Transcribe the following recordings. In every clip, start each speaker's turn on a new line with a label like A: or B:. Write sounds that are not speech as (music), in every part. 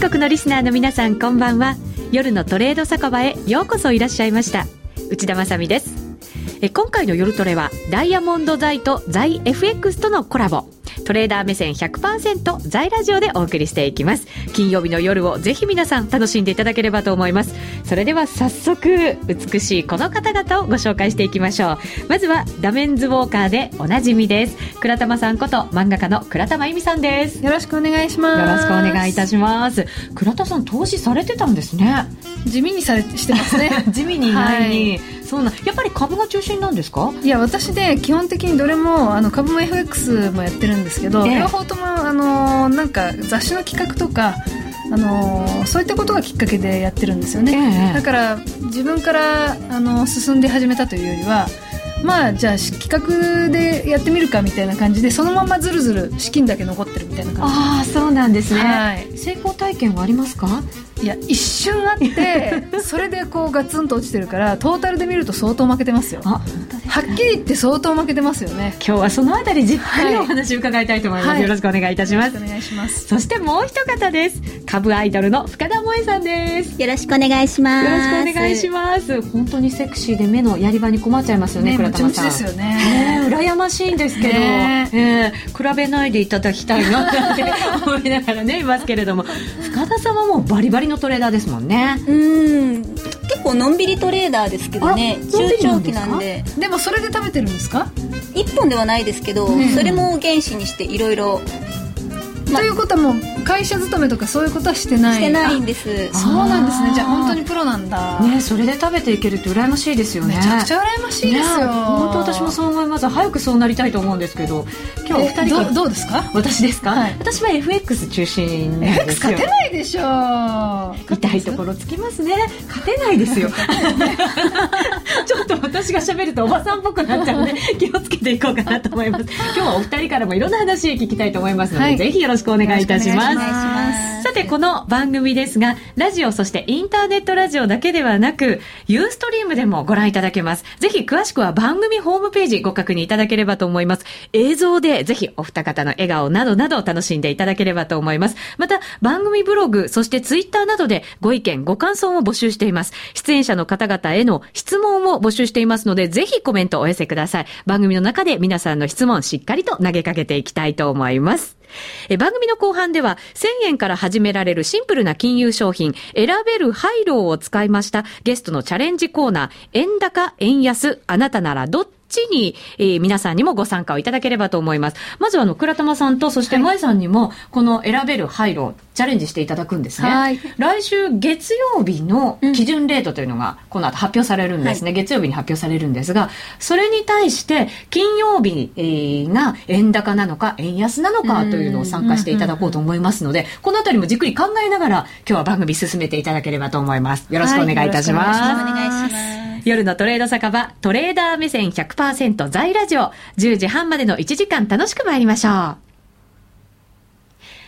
A: 国のリスナーの皆さんこんばんは夜のトレード酒場へようこそいらっしゃいました内田まさみですえ今回の夜トレはダイヤモンド財と財 FX とのコラボトレーダー目線100%財ラジオでお送りしていきます金曜日の夜をぜひ皆さん楽しんでいただければと思いますそれでは早速美しいこの方々をご紹介していきましょうまずはダメンズウォーカーでおなじみです倉玉さんこと漫画家の倉玉由美さんです
B: よろしくお願いします
A: よろしくお願いいたします倉田さん投資されてたんですね
B: 地味にされしてます
A: (laughs)
B: ね
A: 地味に意外に、そうなんやっぱり株が中心なんですか
B: いや私で基本的にどれもあの株も FX もやってるんですけど、
A: ええ
B: 両方ともあのなんか雑誌の企画とかあのそういったことがきっかけでやってるんですよね、
A: ええ
B: だから自分からあの進んで始めたというよりはまあじゃあし企画でやってみるかみたいな感じでそのままずるずる資金だけ残ってるみたいな感じ
A: ああそうなんです
B: はい
A: 成功体験はありますか
B: いや一瞬あってそれでこうガツンと落ちてるからトータルで見ると相当負けてますよ
A: あ本当です
B: はっきり言って相当負けてますよね。
A: 今日はそのあたりじっくりお話を伺いたいと思います、
B: はい
A: よろしくお願いいたします
B: お願いします。
A: そしてもう一方です株アイドルの深田萌さんです
C: よろしくお願いします。
A: よろしくお願いします本当にセクシーで目のやり場に困っちゃいますよね
B: ね、
A: 倉
B: もち
A: 玉
B: もち
A: さん
B: ですよ
A: ねえ
B: ね。
A: 羨ましいんですけど、
B: ね
A: ええ比べないでいただきたい
B: (laughs)
A: ななんて思いながらねいますけれども深田さんはもうバリバリのトレーダーですもんね
C: うん。結構のんびりトレーダーですけどね
A: あ、の
C: 中
A: んびりな
C: 長
A: んで
C: 期
A: すか
C: なんで、
B: でもそれで食べてるんですか、
C: 一本ではないですけど、
B: うん
C: それも原資にしていろいろま
B: ということはもう会社勤めとかそういうことはしてない。
C: してない
B: あ
C: んです。
B: そうなんです
A: あ
B: ね。
A: ー
B: じゃあ本当にプロなんだ。
A: ねえそれで食べていけるって羨ましいですよね
B: めちゃくちゃ羨ましいです
A: ねえ
B: よ。
A: 本当私もそう思います早くそうなりたいと思うんですけど今日お二人
B: えど
A: が
B: どうですか
A: 私ですか、
B: はい
A: 私は FX 中心なん
B: ?X 勝
A: ですよ
B: てないでしょ
A: 痛いところつきますね勝てないですよ (laughs) ちょっと私が喋るとおばさんっぽくなっちゃうんで気をつけていこうかなと思います今日はお二人からもいろんな話聞きたいと思いますので、
B: はい
A: ぜひよろしくお願いいたし
B: よろしくお願いし
C: お
A: ます
C: 願いします。
A: さてこの番組ですがラジオそしてインターネットラジオだけではなくユーストリームでもご覧いただけますぜひ詳しくは番組ホームページご確認いただければと思います映像でぜひお二方の笑顔などなど楽しんでいただければと思いますまた番組ブログそしてツイッターなどでご意見ご感想を募集しています出演者の方々への質問を募集していますのでぜひコメントをお寄せください番組の中で皆さんの質問しっかりと投げかけていきたいと思いますえ番組の後半では1000円から始められるシンプルな金融商品選べるハイローを使いましたゲストのチャレンジコーナー円高円安あなたならどっちに、えー皆さんにもご参加をいただければと思います。まずはあの、倉玉さんと、そして舞さんにも、この選べるハイロー、チャレンジしていただくんですね。
B: はい
A: 来週月曜日の基準レートというのが、この後発表されるんですね、月曜日に発表されるんですが、それに対して、金曜日えーが円高なのか、円安なのかというのを参加していただこうと思いますので、このあたりもじっくり考えながら、今日は番組進めていただければと思います。よろしくお願いいたします。
B: はいよろしくお願いします
C: お願いします。
A: 夜のトレード酒場、トレーダー目線100%在ラジオ、10時半までの1時間楽しく参りましょう。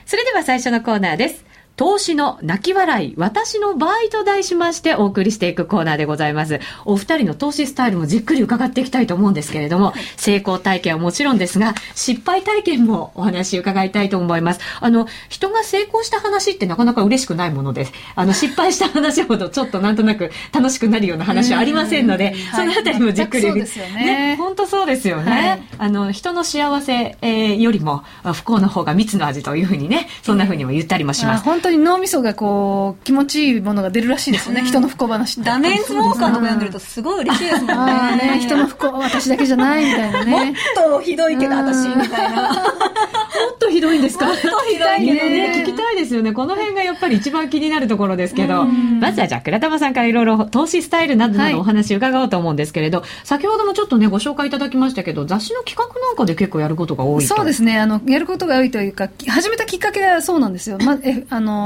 A: それでは最初のコーナーです。投資の泣き笑い、私の場合と題しましてお送りしていくコーナーでございます。お二人の投資スタイルもじっくり伺っていきたいと思うんですけれども、成功体験はもちろんですが、失敗体験もお話伺いたいと思います。あの、人が成功した話ってなかなか嬉しくないものです。あの、失敗した話ほどちょっとなんとなく楽しくなるような話はありませんので、そのあたりもじっくり。
B: はい全くそうですよね
A: 本当そうですよね。
B: はい
A: あの人の幸せ、えーよりもあ不幸の方が蜜の味というふうにね、そんなふうにも言ったりもしま
B: あ
A: す。
B: 本当に脳みそがこう気持ちいいものが出るらしいですよね、人の不幸話って
C: ダメンズウォーカーとか読んでるとすごい嬉しいですもんね。
B: ああね人の不幸私だけじゃないみたいなね
C: もっとひどいけど私みたいな。
A: もっとひどいん (laughs) ですか。
C: ひどい
A: い
C: け
A: や
C: どね。
A: ね、聞きたいですよね。この辺がやっぱり一番気になるところですけど、まずはじゃあ倉玉さんからいろいろ投資スタイルなどな
B: はい
A: どお話伺おうと思うんですけれど、先ほどもちょっとねご紹介いただきましたけど、雑誌の企画なんかで結構やることが多いと。
B: そうですねあのやることが多いというかき始めたきっかけがそうなんですよ、まえあのー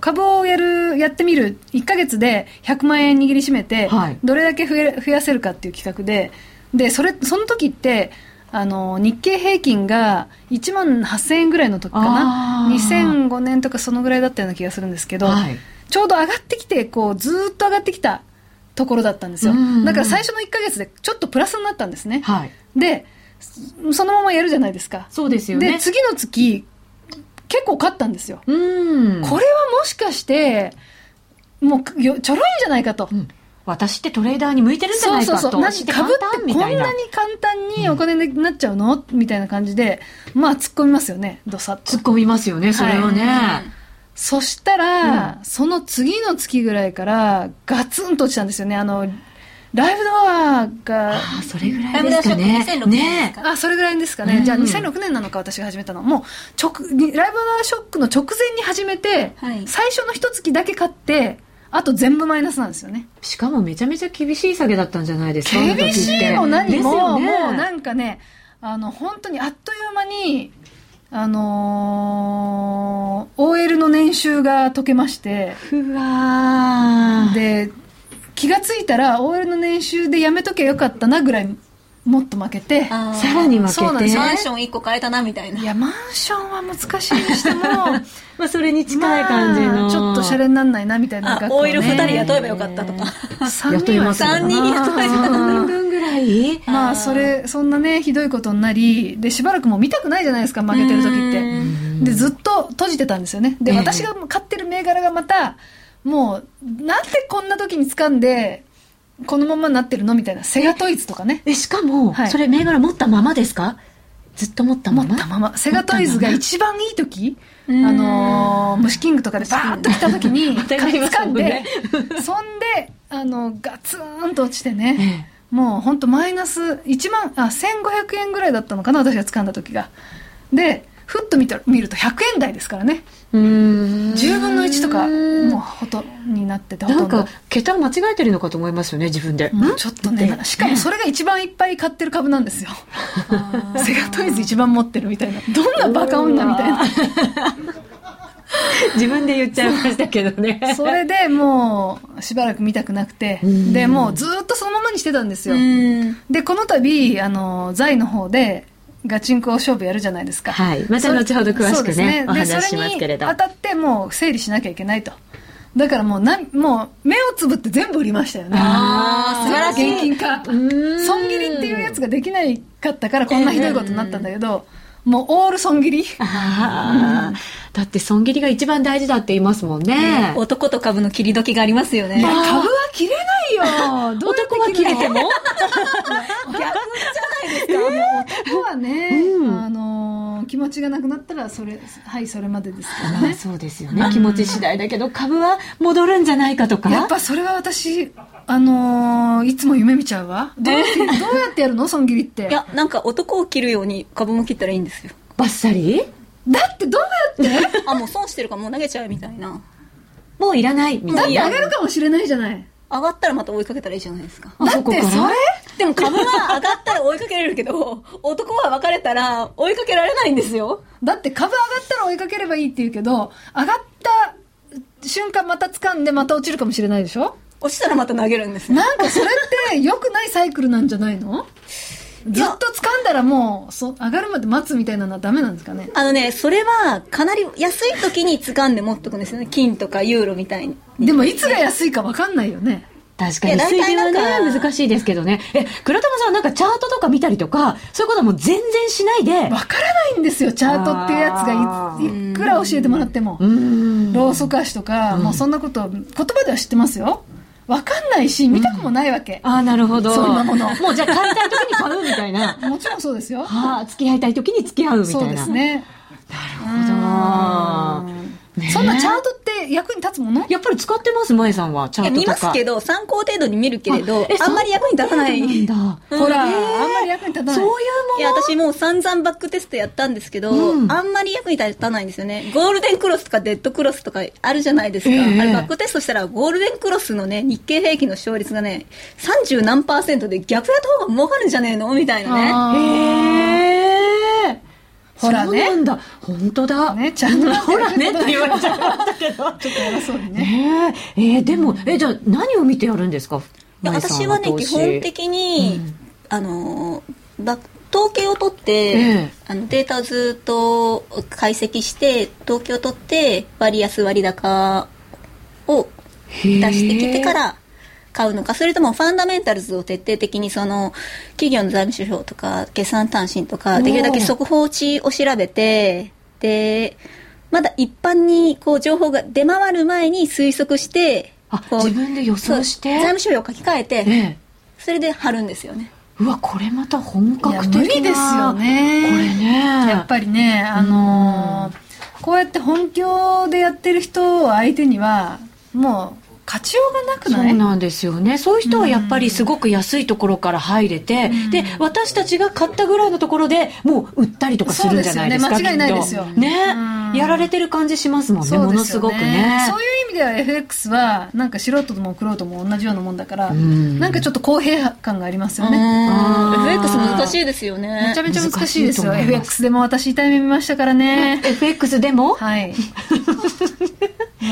B: 株をやるやってみる1か月で100万円握りしめて、
A: はい
B: どれだけ増え増やせるかっていう企画ででそれその時ってあのー日経平均が1万8000円ぐらいの時か
A: あ
B: な
A: ー
B: 2005年とかそのぐらいだったような気がするんですけど、
A: はい。
B: ちょうど上がってきて、こう、ずーっと上がってきたところだったんですよ
A: うんうん。
B: だから最初の1ヶ月でちょっとプラスになったんですね。
A: はい。
B: で、そそのままやるじゃないですか。
A: そうですよね。
B: で、次の月、結構勝ったんですよ。
A: うん。
B: これはもしかして、もうよちょろいんじゃないかと。
A: うん私ってトレーダーに向いてるんじゃ
B: そ
A: な
B: う
A: い
B: そ
A: か
B: う
A: と。
B: そう。なん
A: 私
B: か株ってこんなに簡単にお金になっちゃうのみたいな感じで、まあ突っ込みますよね、どさっと
A: 突っ。込みますよね、それはね。
B: そしたら、その次の月ぐらいから、ガツンと落ちたんですよね。あの、ライブドアが、
A: ああ、それぐらいですかね。
C: ライブダッシュ2006
A: ねえ
B: あ、それぐらいですかね。
A: うん
B: じゃあ2006年なのか私が始めたの。もう、直、ライブドアショックの直前に始めて、
C: はい
B: 最初の一月だけ買って、あと全部マイナスなんですよね。
A: しかもめちゃめちゃ厳しい下げだったんじゃないですか。
B: 厳しいも何も、
A: です
B: も
A: よ
B: うな
A: ね
B: んかね、あの、本当にあっという間に、あのー OL の年収が解けまして、
A: うわー
B: で気がついたら OL の年収でやめときゃよかったなぐらいもっと負けて
C: あー
A: さらに負
B: そうなん
A: け
B: で
A: て
B: す。
C: マンション1個買えたなみたいない
B: やマンションは難しいにしても
A: まあそれに近い感じの、
B: まあちょっとシャレになんないなみたいな
C: あ
B: 額
C: オ
B: を
C: イ
B: ね
C: ル2人雇えばよかったとか。
B: 3人は
A: よ
C: 三人雇
B: ま
C: え
B: す
A: 三人分ぐらい
B: まあそれそんなねひどいことになりでしばらくもう見たくないじゃないですか負けてる時ってでずっと閉じてたんですよねで
A: ええ
B: 私が買ってる銘柄がまたもうなんでこんな時に掴んでこのままになってるのみたいなセガトイツとかね
A: えしかも、
B: はい
A: それ銘柄持ったままですかずっと持ったま
B: 持っ
A: ま
B: たままセガトイズが一番いい時あ
C: うん
B: のー虫キングとかでバーッと来た時に
A: たがります
B: 掴ん
A: もん
B: で、
A: ね
B: そんであのガツンと落ちて
A: え
B: ね
A: え
B: もうほんとマイナス1万あ1500円ぐらいだったのかな私が掴んだ時がでふっと見た見ると100円台ですからね
A: うーん
B: 10分の1とかもうほとになっててほ
A: な
B: と
A: ん
B: んど
A: か桁間違えてるのかと思いますよね自分で、
B: もうちょっとね
A: っ
B: なしかもそれが一番いっぱい買ってる株なんですよセガトイズ一番持ってるみたいなどんなバカ女みたいな
A: (laughs) 自分で言っちゃいましたけどね
B: それでもうしばらく見たくなくて
A: うん
B: でもうずーっとそのままにしてたんですよ
C: うん
B: でこの度あの財の方でガチンコ勝負やるじゃないですか
A: はいまた後ほど詳しくね
B: そうです
A: お話し
B: でそれに
A: しますけれど
B: 当たってもう整理しなきゃいけないとだからもうなんもう目をつぶって全部売りましたよね
A: あ
C: ー素晴らしい
B: 全部現金化損切りっていうやつができないかったからこんなひどいことになったんだけど、もうオール損切り
A: ああ、だって損切りが一番大事だって言いますもんね、
C: 男と株の切り時がありますよね。
B: いや
A: あー
B: 株は切れ
A: (laughs)
B: ないよどうやって
A: 男は切
B: (laughs)
A: れても
C: 逆じゃないですか。
B: 男はね、
A: うん
B: あのー気持ちがなくなったらそれはいそれまでですから
A: まあ
B: ね
A: そうですよね気持ち次第だけど株は戻るんじゃないかとか
B: やっぱそれは私あのーいつも夢見ちゃうわどうやってどうやってやるの損切りって
C: (laughs) いや、なんか男を切るように株も切ったらいいんですよ。
A: バッサリ
B: だってどうやって
C: あ、もう損してるからもう投げちゃえみたいな。
A: もういらないみ
B: だったて
A: い
B: 上
A: な
B: がるかもしれないじゃない
C: 上がったらまた追いかけたらいいじゃないですか。
A: あ
B: だ
A: そ
B: っ
A: こ
B: て
A: から
B: それ
C: でも株は上がったら追いかけれるけど、 (laughs) 男は別れたら追いかけられないんですよ。
B: だって株上がったら追いかければいいって言うけど上がった瞬間また掴んでまた落ちるかもしれないでしょ
C: 落ちたらまた投げるんですよ。
B: なんかそれって良くないサイクルなんじゃない
C: (laughs)
B: のずっと掴んだらもうそ上がるまで待つみたいなのはダメなんですかね
C: あのね、それはかなり安い時に掴んで持っとくんですよね。金とかユーロみたいに。
B: でもいつが安いか分かんないよね
A: 確か
C: い
A: に
C: や大
A: 水
C: 体
A: 準
C: な
A: は
C: ん
A: ね
C: か
A: 難しいですけどねえ倉玉さんなんかチャートとか見たりとかそういうことはもう全然しないで
B: 分からないんですよチャートっていうやつ
A: あ
B: が
A: ー
B: いいくら教えてもらっても
A: うーん
B: ローソク足とか、もうそんなこと言葉では知ってますよ分かんないし見たくもないわけ、
A: ああなるほど
B: そんなもの
A: もうじゃあ買いたい時に買うみた
C: (laughs)
A: いな
B: もちろんそうですよ
A: はあ付き合いたい時に付き合うみたいな
B: そうですね
A: あーねえ
B: そんなチャートって役に立つもの
A: やっぱり使ってますまえさんはチャ
C: いや
A: ート
C: 見
A: とか
C: ますけど、参考程度に見るけれど、
A: え
C: あんまり役に立たない。
A: そう
C: い
A: なんだ
B: ほら、
A: えー
B: あんまり役に立たない
A: そういうもの
C: や、私もう散々バックテストやったんですけど、
A: うん
C: あんまり役に立たないんですよね。ゴールデンクロスとかデッドクロスとかあるじゃないですか。
A: ええ
C: あれバックテストしたら、ゴールデンクロスのね、日経平均の勝率がね、30何パーセントで逆やった方が儲かるんじゃねえのみたいなね。
B: あー
A: へえ
B: ほらね
A: そうなんだ本当だ
B: ねちゃんと
A: ほらねって言われちゃいましたけど
B: (laughs) ちょっと偉そうにね
A: ねええーでもえじゃあ何を見てやるんですか
C: いや
A: まえさん
C: 私はね、
A: 投
C: 基
A: 資
C: 本的に、あのー、バック統計を取って、
A: ええ
C: あのデータをずっと解析して、統計を取って、割安割高を
A: 出
C: 出してきてから買うのか、それともファンダメンタルズを徹底的にその企業の財務諸表とか決算単身と
A: お
C: か
A: ー
C: できるだけ速報値を調べてで、まだ一般にこう情報が出回る前に推測して、
A: あ
C: こう
A: 自分で予
C: そう
A: 想して
C: 財務省を書き換え
A: え
C: て、
A: え
C: それで貼るんですよね。
A: うわこれまた本
B: いや
A: 格的な
B: 無理ですよ
A: こ
B: ね
A: れね
B: やっぱりね、あのーこうやって本業でやってる人を相手には、もう、勝ちようがなく
A: そ
B: な
A: う
B: い
A: なんですよねそういう人はやっぱりすごく安いところから入れて、
B: うん
A: で私たちが買ったぐらいのところでもう売ったりとかするんじゃないですか
B: そうですよね間違いないですよ
A: きっとね、
B: うん
A: やられてる感じしますもんねものすごくね
B: そういう意味では FX は、なんか素人とも玄人も同じようなもんだから、
A: うん
B: なんかちょっと公平感がありますよね。
A: あー
C: FX 難しいですよね。
B: めちゃめちゃ難しいですよ。
A: 難しいと思います
B: FX でも私痛い目見ましたからね。
A: FX でも (laughs)
B: はい。も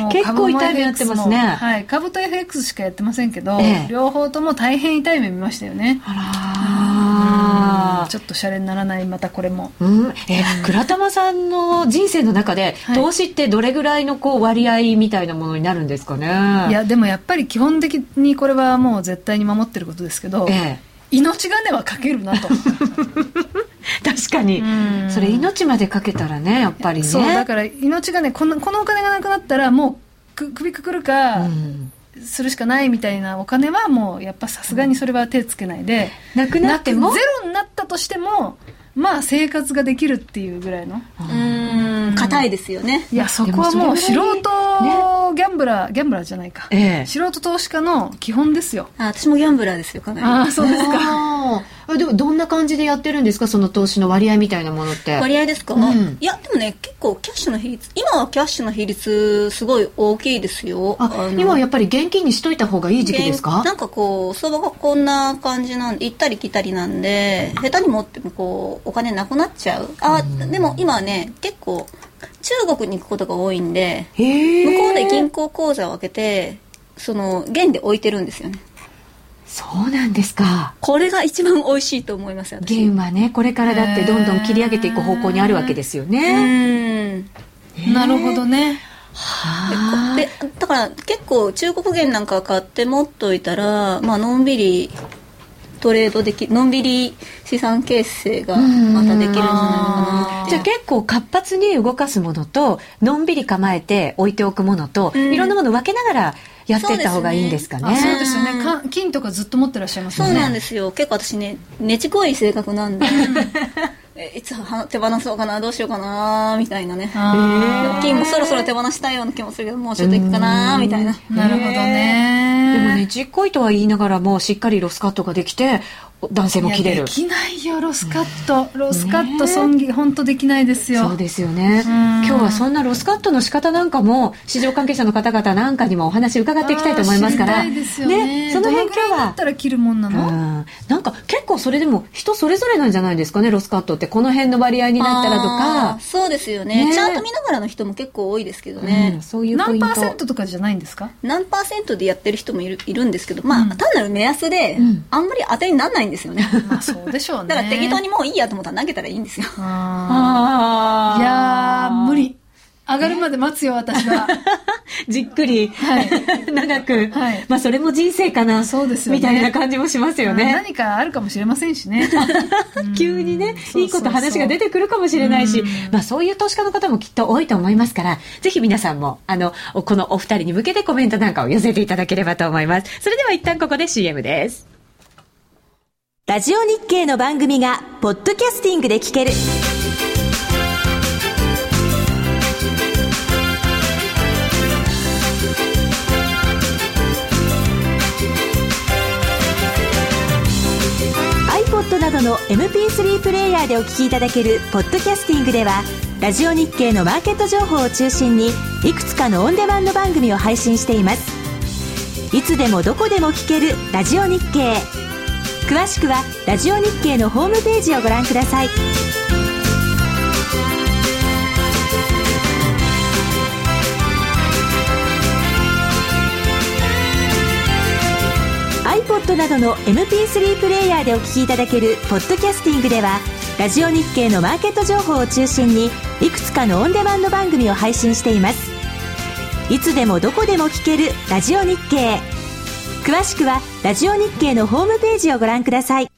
B: う
A: 結構
B: 株も
A: 痛い目やってますね
B: FX もはい。株と FX しかやってませんけど、
A: ええ
B: 両方とも大変痛い目見ましたよね。
A: あらー
B: ちょっとシャレにならない、またこれも。
A: うん、え倉玉さんの人生の中で、
B: はい
A: 投資ってどれぐらいのこう割合みたいなものになるんですかね
B: いや、でもやっぱり基本的にこれはもう絶対に守ってることですけど、
A: ええ
B: 命金はかけるなと。
A: 確かに
B: うん
A: それ命までかけたらねやっぱりね
B: そう、だから命金、このこのお金がなくなったらもうく首くくるか、
A: うん
B: するしかないみたいなお金はもうやっぱさすがにそれは手つけないで、
A: なくなって
B: な
A: も
B: ゼロになったとしてもまあ生活ができるっていうぐらいの
C: うーん、硬いですよね。
B: いやそこはもう素
A: でもそれぐらい
B: 人ギャンブラー、ギャンブラーじゃないか、
A: ええ
B: 素人投資家の基本ですよ
C: あ私もギャンブラーですよ、かなり。
B: ああ (laughs) そうですか
A: (laughs) あーでもどんな感じでやってるんですかその投資の割合みたいなものって
C: 割合ですか、
A: ん
C: いや、でもね、結構キャッシュの比率、今はキャッシュの比率、すごい大きいですよ。
A: あ
C: の
A: 今はやっぱり現金にしといた方がいい時期ですか
C: なんかこう、相場がこんな感じなんで、行ったり来たりなんで、下手に持ってもこう、お金なくなっちゃう。あ、でも今はね、結構、中国に行くことが多いんで、
A: へえ
C: 向こうで銀行口座を開けて、その、元で置いてるんですよね。
A: そうなんですか
C: これが一番美味しいと思います、私。
A: ゲームはねこれからだってどんどん切り上げていく方向にあるわけですよね、
C: うん。
B: なるほどね
A: はあ
C: でだから結構中国元なんか買って持っといたら、まあのんびりトレードできのんびり資産形成がまたできるんじゃないかなって
A: じゃあ結構活発に動かすものとのんびり構えて置いておくものと、
C: うん
A: いろんなもの分けながらやっていった方がいいんですか
B: あそう
A: ね
B: ですよねか金とかずっと持ってらっしゃいます
C: そ
B: よ
C: う
B: ね
C: なんですよ結構私ねねちこい性格な
B: (laughs)
C: んでえいつは手放そうかなどうしようかなみたいなね
B: あー
C: 金もそろそろ手放したいような気もするけどもうちょっといくかなみたいな
B: なるほど
A: でもね
B: ね
A: ちっこいとは言いながらもしっかりロスカットができて男性も切れ
B: いや
A: る
B: できないよロスカット、ロスカッ
A: ね
B: ト損切り本当できないですよ
A: そうですよね
B: うん
A: 今日はそんなロスカットの仕方なんかも市場関係者の方々なんかにもお話伺っていきたいと思いますか
B: あ
A: ら
B: ー知りたいですよね
A: その辺
B: どの
A: 今
B: ぐらい
A: 日
B: だ
A: は
B: ったら切るもんな
A: う
B: の、
A: んなんか結構それでも人それぞれなんじゃないですかねロスカットってこの辺の割合になったらと
C: あー
A: か、
C: そうですよね
A: ね
C: ちゃんと見ながらの人も結構多いですけど
A: うん
C: ね、
A: そういうポ
B: 何
A: イン
B: パ
A: ト
B: ーセントとかじゃないんですか
C: 何パーセントでやってる人もいるいるんですけど、まあ、
B: うん
C: 単なる目安で、
A: うん
C: あんまり当てにならないんですよね。
B: まあそうでしょうね
C: だから適当にもういいやと思ったら投げたらいいんですよ。
B: あ
A: あ
B: ー
A: ー
B: いやー無理上がるまで待つよ私は
A: (laughs) じっくり、長く、
B: はい
A: まあそれも人生かな
B: そうですよね
A: みたいな感じもしますよね、
B: 何かあるかもしれませんしね
A: (laughs) 急に
B: そ
A: ね
B: うそうそう
A: いいこと話が出てくるかもしれないしまあ、そういう投資家の方もきっと多いと思いますからぜひ皆さんもあのこのお二人に向けてコメントなんかを寄せていただければと思いますそれでは一旦ここで CM です
D: ラジオ日経の番組がポッドキャスティングで聞ける。iPod などの MP3 プレイヤーでお聞きいただけるポッドキャスティングでは、ラジオ日経のマーケット情報を中心に、いくつかのオンデマンド番組を配信しています。いつでもどこでも聞けるラジオ日経。詳しくはラジオ日経のホームページをご覧ください「iPod などの MP3 プレイヤーでお聞きいただける「ポッドキャスティング」ではラジオ日経のマーケット情報を中心にいくつかのオンデマンド番組を配信していますいつでもどこでも聞ける「ラジオ日経」詳しくはラジオ日経のホームページをご覧ください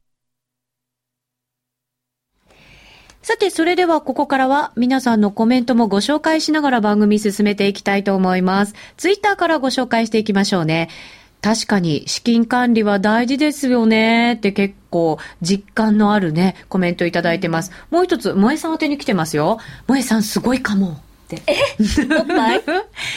A: さて、それではここからは皆さんのコメントもご紹介しながら番組進めていきたいと思います。ツイッターからご紹介していきましょうね。確かに資金管理は大事ですよねって結構実感のあるね、コメントいただいてます。もう一つ、萌えさん宛てに来てますよ。萌えさんすごいかも。って
C: おっぱい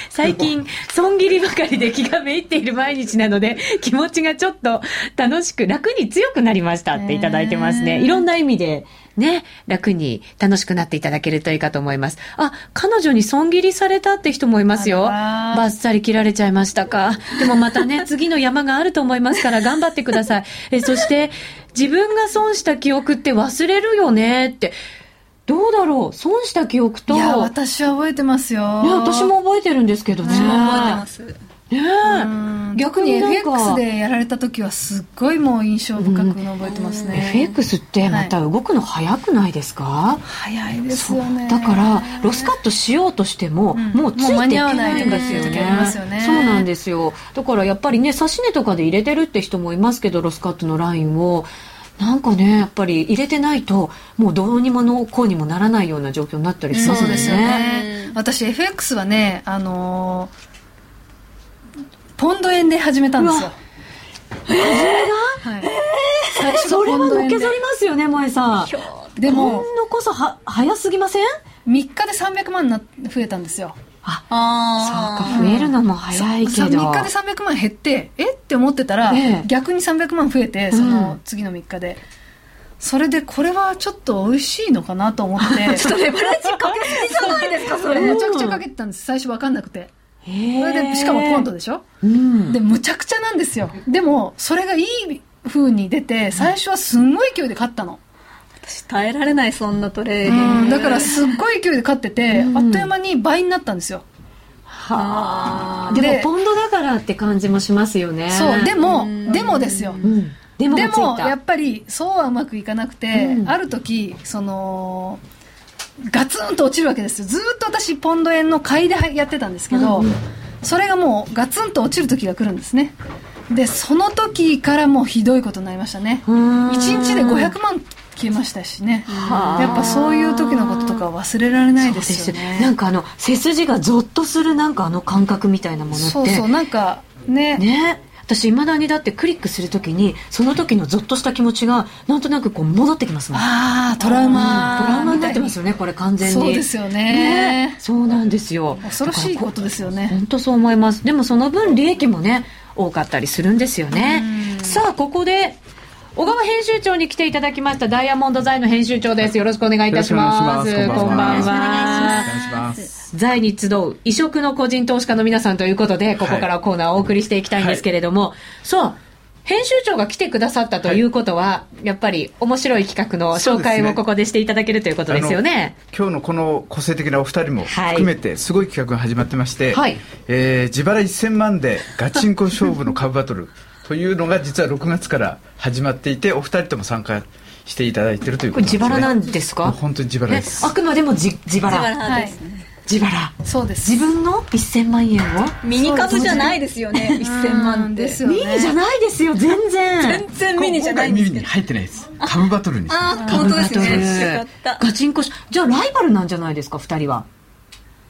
A: 最近、損切りばかりで気がめいっている毎日なので、気持ちがちょっと楽しく、楽に強くなりましたっていただいてますね。
B: ね
A: いろんな意味で、ね、楽に楽しくなっていただけるといいかと思います。あ、彼女に損切りされたって人もいますよ。
B: あら
A: バッサリ切られちゃいましたか。でもま
B: (laughs)
A: たね、次の山があると思いますから頑張ってください。え、そして、自分が損した記憶って忘れるよねって、どうだろう損した記憶と。
B: いや私は覚えてますよ
A: ね、私も覚えてるんですけどね。
B: 私も
C: 覚えてます
A: ね
B: うん
A: え
B: 逆に
A: なんか
B: FX でやられた時はすっごいもう印象深く覚えてますね、
A: FX ってまた動くの早くないですか、
B: 早いで
A: そ
B: す
A: う
B: よね
A: だからロスカットしようとしても、
B: うん
A: もうついて
B: も
A: いけないんですよ
B: う間に合わない
A: ね
B: 時ありますよね
A: そうなんですよだからやっぱりね差し値とかで入れてるって人もいますけどロスカットのラインをなんかねやっぱり入れてないともうどうにものこうにもならないような状況になったりし
B: そ
A: ま
B: う
A: すもんね
B: ですよね、
C: うん
B: 私 FX はねあのーポンド円で始めたんですよはい最初
A: それは
B: ポンド
A: の
B: 円
A: け
B: で
A: ぞりますよね萌えさん
C: ひょー
B: で
A: ほ
B: も
A: んのこそは早すぎません
B: 3日で300万な増えたんですよ
A: そう
C: あ
A: か増えるのも早いけど、
B: 3日で300万減ってえって思ってたら、
A: ええ
B: 逆に300万増えてそうの
A: ん
B: 次の3日で、それでこれはちょっと美味しいのかなと思って
A: (laughs)
B: ちょっとレバレッジかけすぎじゃないですかそ
A: れ
B: めちゃくちゃかけてたんです最初分かんなくてそれ
A: へ
B: で
A: ー
B: しかもポンドでしょ
A: うん
B: でむちゃくちゃなんですよでもそれがいい風に出て最初はすんごい勢いで勝ったの、
C: 私耐えられないそんなトレーディ
B: う
C: ン
B: ん
C: グ
B: だからすっごい勢いで勝ってて、
A: うん
B: あっという間に倍になったんですよ
A: はあ
B: で
A: でもポンドだからって感じもしますよね
B: そうでも
C: うん
B: でもですよ
A: うんでも
B: で
A: がつい
B: も
A: た
B: やっぱりそうはうまくいかなくて、
A: うん
B: ある時そのガツンと落ちるわけですよずーっと私ポンド円の買いでやってたんですけど、
A: うんうん
B: それがもうガツンと落ちる時が来るんですねでその時からもうひどいことになりましたね
A: うーん
B: 1日で500万消えましたしね
A: はあ
B: やっぱそういう時のこととかは忘れられないですよ
A: そう
B: ね
A: なんかあの背筋がゾッとするなんかあの感覚みたいなものって
B: そうそうなんかね
A: ね私いまだにだってクリックするときにその時のゾッとした気持ちがなんとなくこう戻ってきますもん
B: ああトラウマ
A: うんトラウマになってます
B: よ
A: よねこれ完全に
B: そうですよね
A: そうなんですよ
B: 恐ろしいことですよね
A: 本当そう思いますでもその分利益もね多かったりするんですよねさあここで小川編集長に来ていただきましたダイヤモンド財の編集長ですよろしくお願いいたします
E: よろしくお願いします
A: こ
E: こ
A: ん
E: ん
A: ば
E: ばん
A: ん
E: はお願
A: は
E: いします。
A: 財に集う異色の個人投資家の皆さんということでここからコーナーをお送りしていきたいんですけれども、さあ編集長が来てくださったということは、やっぱり面白い企画の紹
E: そうで
A: 介
E: す
A: を
E: ね
A: ここでしていただけるということですよね。
E: 今日のこの個性的なお二人も含めてすごい企画が始まってまして、
A: はい
E: えー自腹1000万でガチンコ勝負の株バトル (laughs) というのが実は6月から始まっていてお二人とも参加していただいているという
A: こ
E: こ
A: れ
E: とです、
A: 自
E: ね、
A: 腹なんですか
E: もう本当に自腹です
A: ねあくまでもじ自
C: 自
A: 腹。
C: 腹ですね
A: 自腹。
B: そうです
A: 自分の1000万円を
C: ミニ株じゃないですよね1000万って
B: ですよね
A: ミニじゃないですよ、全然。
C: (laughs) 全然ミニじゃないん
E: 今回ミ
C: ですけ
E: ニに
C: ど
E: 入ってないです (laughs) 株バトルにしてます
C: ああ本当です
A: 株バト
C: ね
A: ル
C: よかった
A: ガチンコし、じゃあライバルなんじゃないですか、二人は。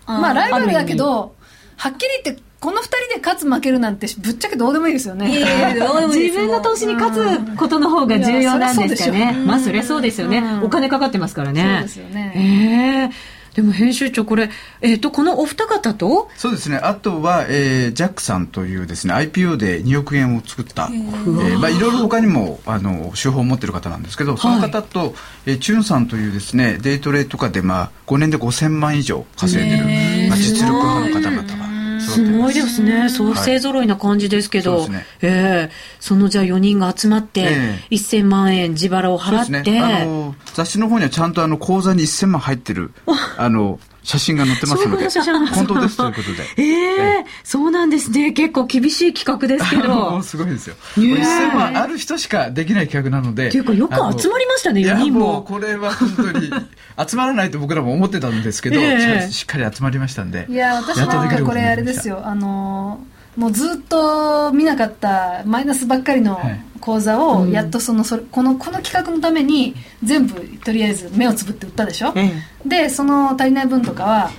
B: まあライバルだけ
A: あ
B: どはっきり言ってこの二人で勝つ負けるなんてぶっちゃけどうでもいいですよ
C: いやい
B: ね
C: やいやどうでもいいで
A: 自
C: す
B: (laughs)
A: 分の投資に勝つことの方が重要なんですか
B: いや
A: ね。まあ、そりゃそうですよね。お金かかってますからね。
B: そうですよね
A: ええでも編集長、これ、えっ、と、このお二方と、
E: そうですねあとは、えージャックさんというですね IPO で2億円を作った、えーまあ、いろいろ他にもあの手法を持ってる方なんですけどその方と、えーチュンさんというですねデイトレとかで、まあ、5年で5000万以上稼いでる、まあ、実力派の方々が揃っ
A: す
E: てま
A: ごいですね。そう、勢揃いな感じですけ
E: は
A: ど、
E: いそうですね
A: ええそのじゃあ4人が集まって、
E: え
A: 1000万円自腹を払
E: そうで
A: っ
E: す
A: て、
E: ねあの雑誌の方にはちゃんとあの口座に1000万入ってるあの写真が載ってますので
A: (laughs) そういうことじゃない
E: 本当ですということで
A: ええそうなんですね。結構厳しい企画ですけ
E: (laughs) も
A: ど
E: う。すごいですよ
A: ねえ
E: 1000万ある人しかできない企画なので
A: っていうか、よく集まりましたね、
E: いや
A: 4人
E: もう
A: も。
E: これは本当に集まらないと僕らも思ってたんですけど、
A: (laughs) ええ
E: しっかり集まりましたんで
B: いや私
E: やっと
B: な
E: で
B: ん
E: きる
B: か
E: こ
B: こと
E: に
B: れ
E: な
B: あ
E: り
B: れ
E: ま
B: で
E: した
B: すよあのーもうずっと見なかったマイナスばっかりの
E: はい
B: 口座をやっとそのそれこのこの企画のために全部とりあえず目をつぶって売ったでしょ、
D: え
B: でその足りない分とかは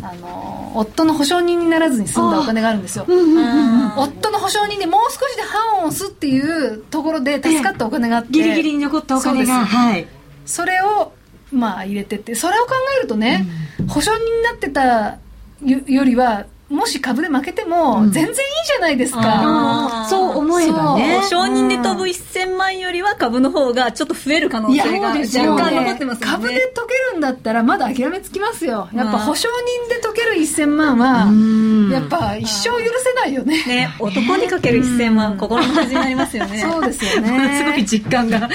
B: あの夫の保証人にならずに済んだお金があるんですよ夫の保証人でもう少しで判を押すっていうところで助かったお金があって
D: ギリギリに残ったお金が、
B: そうです
D: はい。
B: それをまあ入れてってそれを考えるとね、保証人になってたよよりはもし株で負けても全然いいじゃないですか、
C: あー
D: そう思えばね。
B: そう
F: 承認で飛ぶ1000万よりは株の方がちょっと増える可能
B: いや
F: 性が
B: そうですよ
F: 若干
B: ね
F: 残ってますもん
B: 株
F: ね。
B: で解けるんだったらまだ諦めつきますよやっ
F: まあ
B: ぱ保証人で解ける1000万はやっぱ一生許せないよね
F: ね、男にかける1000万、心の恥になります
A: (laughs)
F: よね。
B: そうですよね
A: すごい実感 (laughs) が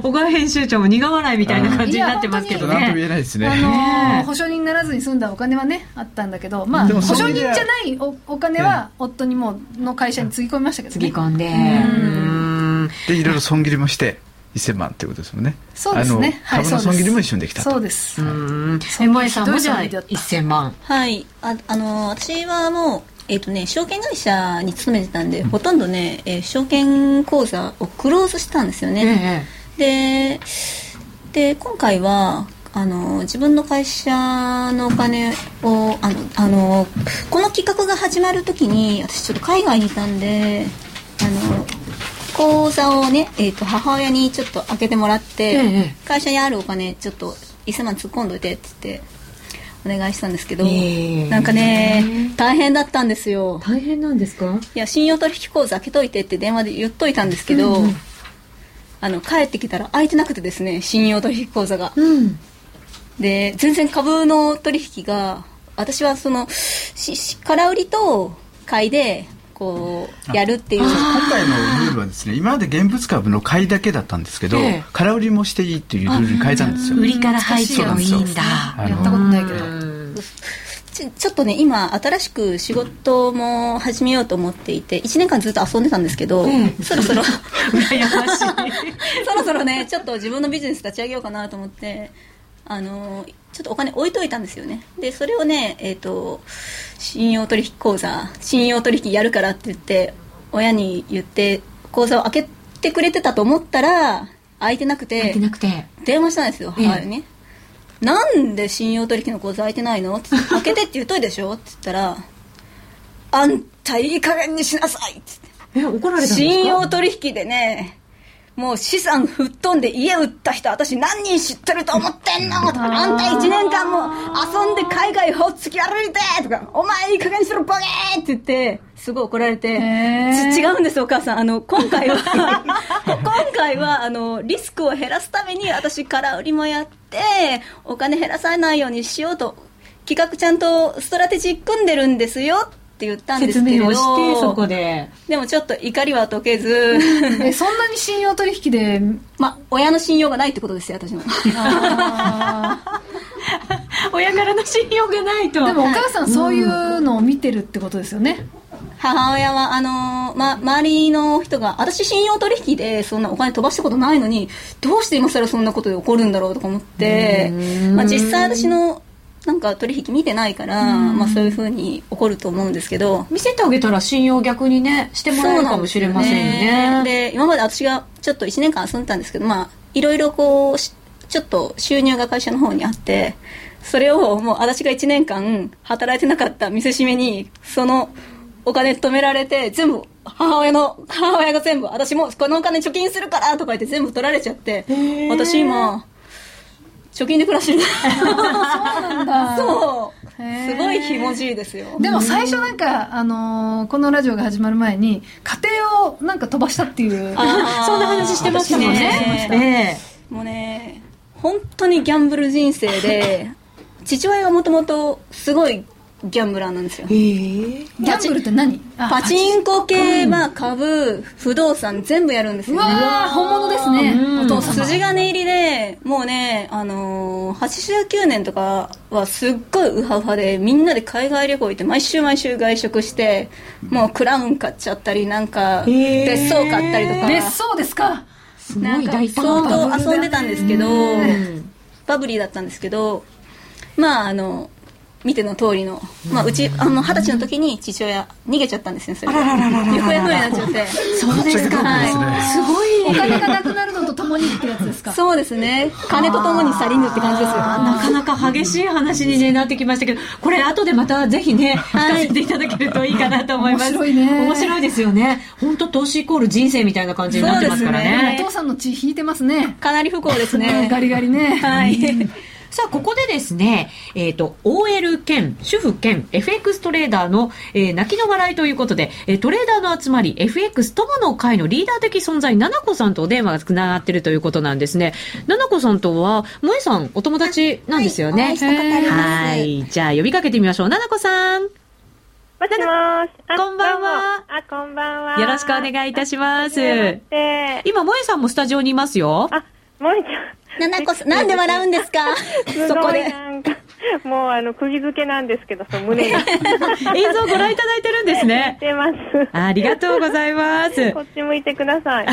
A: 小川編集長も苦笑いみたいな感じになってますけ
E: ちょ
A: ど
E: っと何とも言
A: ね
E: えないです
B: あ
E: ね。
B: の
A: ね
B: ー保証人にならずに済んだお金はねあったんだけど、まあ、
E: でも
B: 保
E: そう
B: 証
E: いう意
B: 人
E: 味
B: じ
E: では
B: ゃないおお金は夫にもうの会社につぎ込みましたけど
A: つ
B: ね
A: ぎ込んでうーん
E: でいろいろ損切りもして1000万ということですもんね。
B: そうですね
E: あの株の損切りも一緒にできたと。
B: そうです
A: うーんえ萌えさんもじゃあ
B: ひどい詐欺だった
A: 1000万
C: はいああの私はもうえっ、とね証券会社に勤めてたんで、ほとんどね、えー証券口座をクローズしたんですよね、
A: え
C: でで今回はあの自分の会社のお金をあのあのこの企画が始まる時に私ちょっと海外にいたんであの口座をね、えー、と母親にちょっと開けてもらって、
A: ええ
C: 会社にあるお金ちょっと1000万突っ込んどいてって言ってお願いしたんですけど、
A: ええ
C: なんかね大変だったんですよ
A: 大変なんですか
C: いや信用取引口座開けといてって電話で言っといたんですけど、あの帰ってきたら開いてなくてですね信用取引口座が、
A: うん
C: で全然株の取引が私はそのしし空売りと買いでこうやるっていう
E: 今回のルールはですね今まで現物株の買いだけだったんですけど、
A: ええ
E: 空売りもしていいというルールに変えたんですよ
A: 売りから入ってもいいんだ
E: あ
B: やったこ
E: の
B: とないけど
A: うん
C: ちょちょっとね今新しく仕事も始めようと思っていて1年間ずっと遊んでたんですけど、そろそ (laughs) ろそろそろねちょっと自分のビジネス立ち上げようかなと思ってあのちょっとお金置いといたんですよねでそれをねえっ、と信用取引口座信用取引やるからって言って親に言って口座を開けてくれてたと思ったら開いてなくて
A: 入ってなくて
C: 電話したんですよ
A: ええ
C: 母親にね、なんで信用取引の口座開いてないの?」って言って「開けてって言っといでしょ」って言ったら「あんたいい加減にしなさい」って
A: え
C: 言
A: 怒られ
C: って
A: たんですか
C: 信用取引でねもう資産吹っ飛んで家売った人私何人知ってると思ってんのとかあんた1年間も遊んで海外ほっつき歩いてとかお前いい加減にしろボケーって言ってすごい怒られて
B: へー
C: ち違うんですお母さんあの今回は今回はあのリスクを減らすために私空売りもやってお金減らさないようにしようと企画ちゃんとストラテジー組んでるんですよって言ったんです
A: 説
C: けれ
A: 明
C: ど
A: をしてそこで
C: でもちょっと怒りは解けず、
B: (laughs) えそんなに信用取引で
C: まあ、親の信用がないってことですよ、私の。 (laughs)
A: 親からの信用がないと
B: でもお母さんそういうのを見てるってことですよね、
C: 母親は、あのーま、周りの人が、私信用取引でそんなお金飛ばしたことないのに、どうして今更そんなことで起こるんだろうとか思って、まあ、実際私の、なんか取引見てないから、まあ、そういうふうに起こると思うんですけど、
A: 見せてあげたら信用逆にねしてもらえるかもしれませんよね
C: で今まで私がちょっと1年間遊んでたんですけどまあいろいろこうしちょっと収入が会社の方にあってそれをもう私が1年間働いてなかった見せしめにそのお金止められて全部母親の (laughs) 母親が全部私もうこのお金貯金するからとか言って全部取られちゃって私今貯金で暮らしてる (laughs)
F: (laughs)
C: そうすごいひもじいですよ
B: (laughs) でも最初なんか、あのーこのラジオが始まる前に家庭をなんか飛ばしたっていう
C: あー
A: そんな話してましたもんね
C: もうね本当にギャンブル人生で父親がもともとすごいギャンブラーなんですよ
A: ええ
B: ギャンブルって何あ
C: パチンコ系、まあ、株不動産全部やるんです
B: う
C: よね
B: わー本物ですね、
A: うん
B: お父様
C: 筋金入りでもうね、あのー89年とかはすっごいウハウハでみんなで海外旅行行って毎週毎週外食してもうクラウン買っちゃったりなんか
A: へー
C: 別荘買ったりとか、
B: 別荘ですか
A: すご
C: なん
A: い
C: か
A: 大胆な
C: 相当遊んでたんですけど
A: うん
C: バブリーだったんですけどまああの見ての通りの、まあ、うちあの二十歳の時に父親逃げちゃったんですねそれで行方不明になっちゃって
A: そうですか。すごい。
B: お金がなくなるのとともにってやつですか
C: そうですね金とともに去りぬって感じですよ
A: あなかなか激しい話に、ね、なってきましたけど、これ後でまたぜひね、聞かせていただけるといいかなと思います。
B: 面白いね
A: 面白いですよね。本当投資イコール人生みたいな感じになってますから
C: そうです
A: ね
C: ね。
B: お父さんの血引いてますね
C: かなり不幸ですね
B: ガリガリね
C: はい
A: (laughs) さあ、ここでですね、えっ、と、OL 兼、主婦兼、FX トレーダーの、えー泣きの笑いということで、えートレーダーの集まり、FX 友の会のリーダー的存在、ななこさんとお電話がつながっているということなんですね。ななこさんとは、萌えさん、お友達なんですよね。
C: お会いしたことあります
A: はい。じゃあ、呼びかけてみましょう。ななこさん、
G: も
A: よ
G: しもーし。あ
A: こんばんは
G: どうもあ、こんばんは。
A: ろしくお願いいたしま
G: はじめ
A: す
G: まし。て
A: 今、萌えさんもスタジオにいますよ。
G: あ、もえち
C: ななこさんなんで笑うんですか
G: ゃん。す
C: そ
G: ご
C: こ
G: い
C: で
G: なんか、もうあの、釘付けなんですけど、その胸が
A: (laughs) 映像ご覧いただいてるんですね。
G: 出ます。
A: ありがとうございます
G: こ。っち向いてくだ
A: (laughs)
G: さい。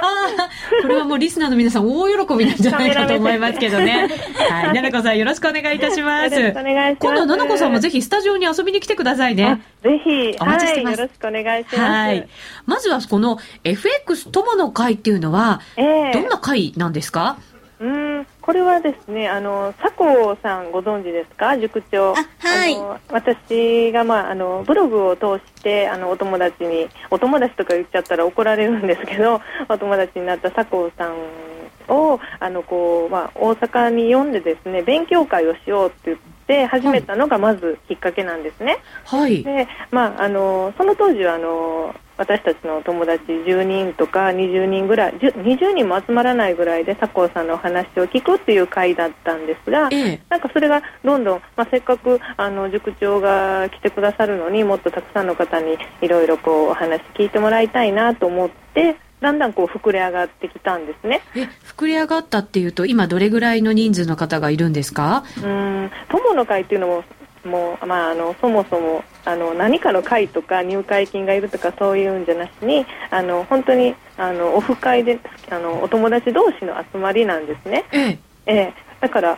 A: ああ、これはもうリスナーの皆さん大喜びなんじゃないかと思いますけどね。はい、ななこさんよろしくお願いいたします。
G: よろしくお願いします
A: 今度はななこさんもぜひスタジオに遊びに来てください
G: あ
A: ね。
G: ぜひ、
A: お待ちしてま
G: はい、
A: す
G: よろしくお願いします。
A: はい。まずはこの FX 友の会っていうのは、
G: ええ
A: どんな会なんですか
G: うーん、これはですね、あの、佐藤さんご存知ですか塾長。
C: あはい
G: あの私が、まあ、あの、ブログを通して、あの、お友達に、お友達とか言っちゃったら怒られるんですけど、 (laughs) お友達になった佐藤さんを、あの、こう、まあ、大阪に呼んでですね、勉強会をしようって言って始めたのがまずきっかけなんですね。
A: はい。
G: で、まあ、あのその当時はあの私たちの友達10人とか20人ぐらい10 20人も集まらないぐらいで佐藤さんのお話を聞くっていう会だったんですが
A: ええ。
G: なんかそれがどんどん、まあ、せっかくあの塾長が来てくださるのにもっとたくさんの方にいろいろこうお話聞いてもらいたいなと思ってだんだんこう膨れ上がってきたんですね。
A: え、膨れ上がったっていうと、今どれぐらいの人数の方がいるんですか
G: うん友の会っていうのももう、まあ、あのそもそもあの何かの会とか入会金がいるとかそういうんじゃなしにあの本当にあのオフ会であのお友達同士の集まりなんですね、
A: ええ。
G: ええ、だから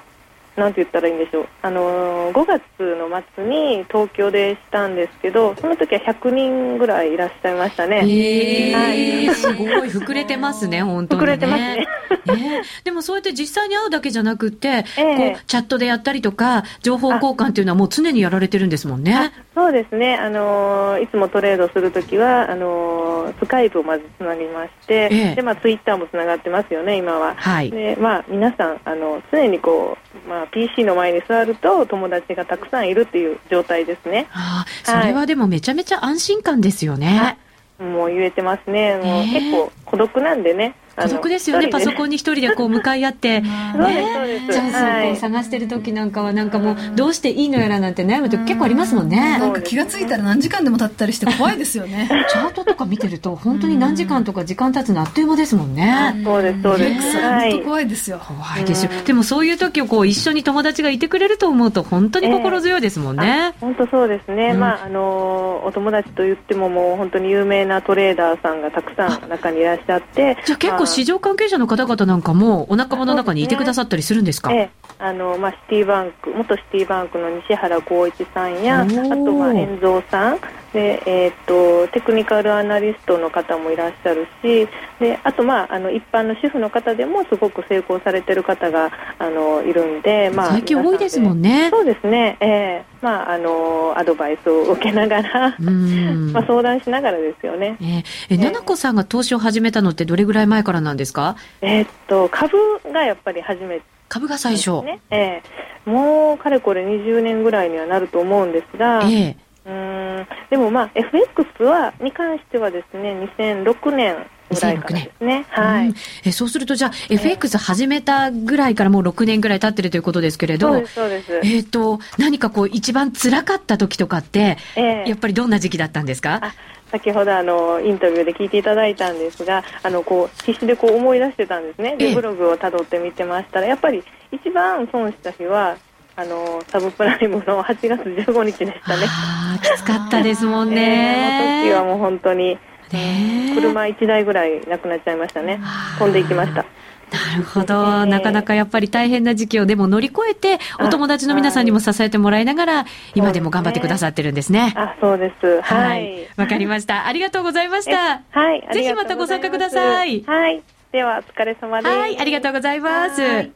G: なんて言ったらいいんでしょうあの5月の末に東京でしたんですけどその時は100人ぐらいいらっしゃいましたね。
A: ええ、すごい膨れてます
G: (laughs)
A: ね、本当に、ね。
G: 膨れてますね。
A: ねえ、でもそうやって実際に会うだけじゃなくて、
G: ええ
A: こうチャットでやったりとか情報交換っていうのはもう常にやられてるんですもんね。
G: そうですね、あのーいつもトレードするときはあのースカイプをまずつなぎまして、
A: ええ
G: でまあ、ツイッターもつながってますよね、今は。
A: はい。
G: でまあ、皆さんあの常にこう、まあ、PC の前に座ると友達がたくさんいるっていう状態ですね
A: ああ、それはでもめちゃめちゃ安心感ですよね。
G: もう言えてますねもう
A: ねえ
G: 結構孤独なんでねあ
A: 孤
G: の
A: 独ですよね。
G: 一人
A: パソコンに一人でこう向かい合って。
G: そうですそうです、
A: チャ
G: は
A: ンスをこう
G: い、
A: 探してる時なんかはなんかもうどうしていいのやらなんて悩む時結構ありますもんね
B: な。んか気がついたら何時間でも経ったりして怖いですよね
A: (laughs) チャートとか見てると本当に何時間とか時間経つのあっという間ですもんね。
G: そうですそうで
B: ね
G: す、
B: さ
G: は
B: ん本
G: い
B: 当怖いですよ
A: 怖いですよ。でもそういう時をこう一緒に友達がいてくれると思うと本当に心強いですもんね。
G: 本当そうですね、
A: うん
G: まああのーお友達と言ってももう本当に有名なトレーダーさんがたくさん中にいらっしゃって
A: じゃあ結構市場関係者の方々なんかもお仲間の中にいてくださったりするんですか
G: ええあのまあ、シティバンク元シティバンクの西原浩一さんや
A: お
G: あ
A: ー
G: とは遠蔵さんで、えーっとテクニカルアナリストの方もいらっしゃるしであと、まあ、あの一般の主婦の方でもすごく成功されてる方があのいるんで、まあ、
A: 最近多いですもん
G: ね
A: ね。
G: そうですね、ええまあ、あのアドバイスを受けながら、
A: う
G: (laughs)
A: ん
G: まあ、相談しながらですよね。
A: えええ、ななこさんが投資を始めたのってどれぐらい前からなんですか
G: えーっと株がやっぱり初めて
A: 株が最初。
G: ね、ええもうかれこれ20年ぐらいにはなると思うんですが、
A: ええ。
G: うーんでもまあ FX はに関してはですね2006年ぐらいからですねはい、
A: うんえそうするとじゃあ FX 始めたぐらいからもう6年ぐらい経ってるということですけれ
G: そう
A: ど
G: です、そうです、
A: えっと、何かこう一番辛かった時とかって、
G: ええ
A: やっぱりどんな時期だったんですか
G: あ先ほどあのインタビューで聞いていただいたんですがあのこう必死でこう思い出してたんですね
A: ええ
G: でブログをたどって見てましたらやっぱり一番損した日はあのサブプライムの8月15日でしたね。
A: ああ、きつかったですもん
G: ええ
A: ね。
G: あの時はもう本当に
A: ねえ
G: 車1台ぐらいなくなっちゃいましたね飛んでいきました
A: なるほど。なかなかやっぱり大変な時期をでも乗り越えて、お友達の皆さんにも支えてもらいながら、今でも頑張ってくださってるんですね。
G: あ、そうです。はい。
A: わかりました。ありがとうございました。
G: はい。あ
A: ぜ
G: り
A: ひ
G: が
A: ま
G: と
A: た
G: う
A: ご
G: ざ
A: 参
G: います
A: 加ください。
G: はい。では、お疲れ様です。
A: はい、ありがとうございます
G: はい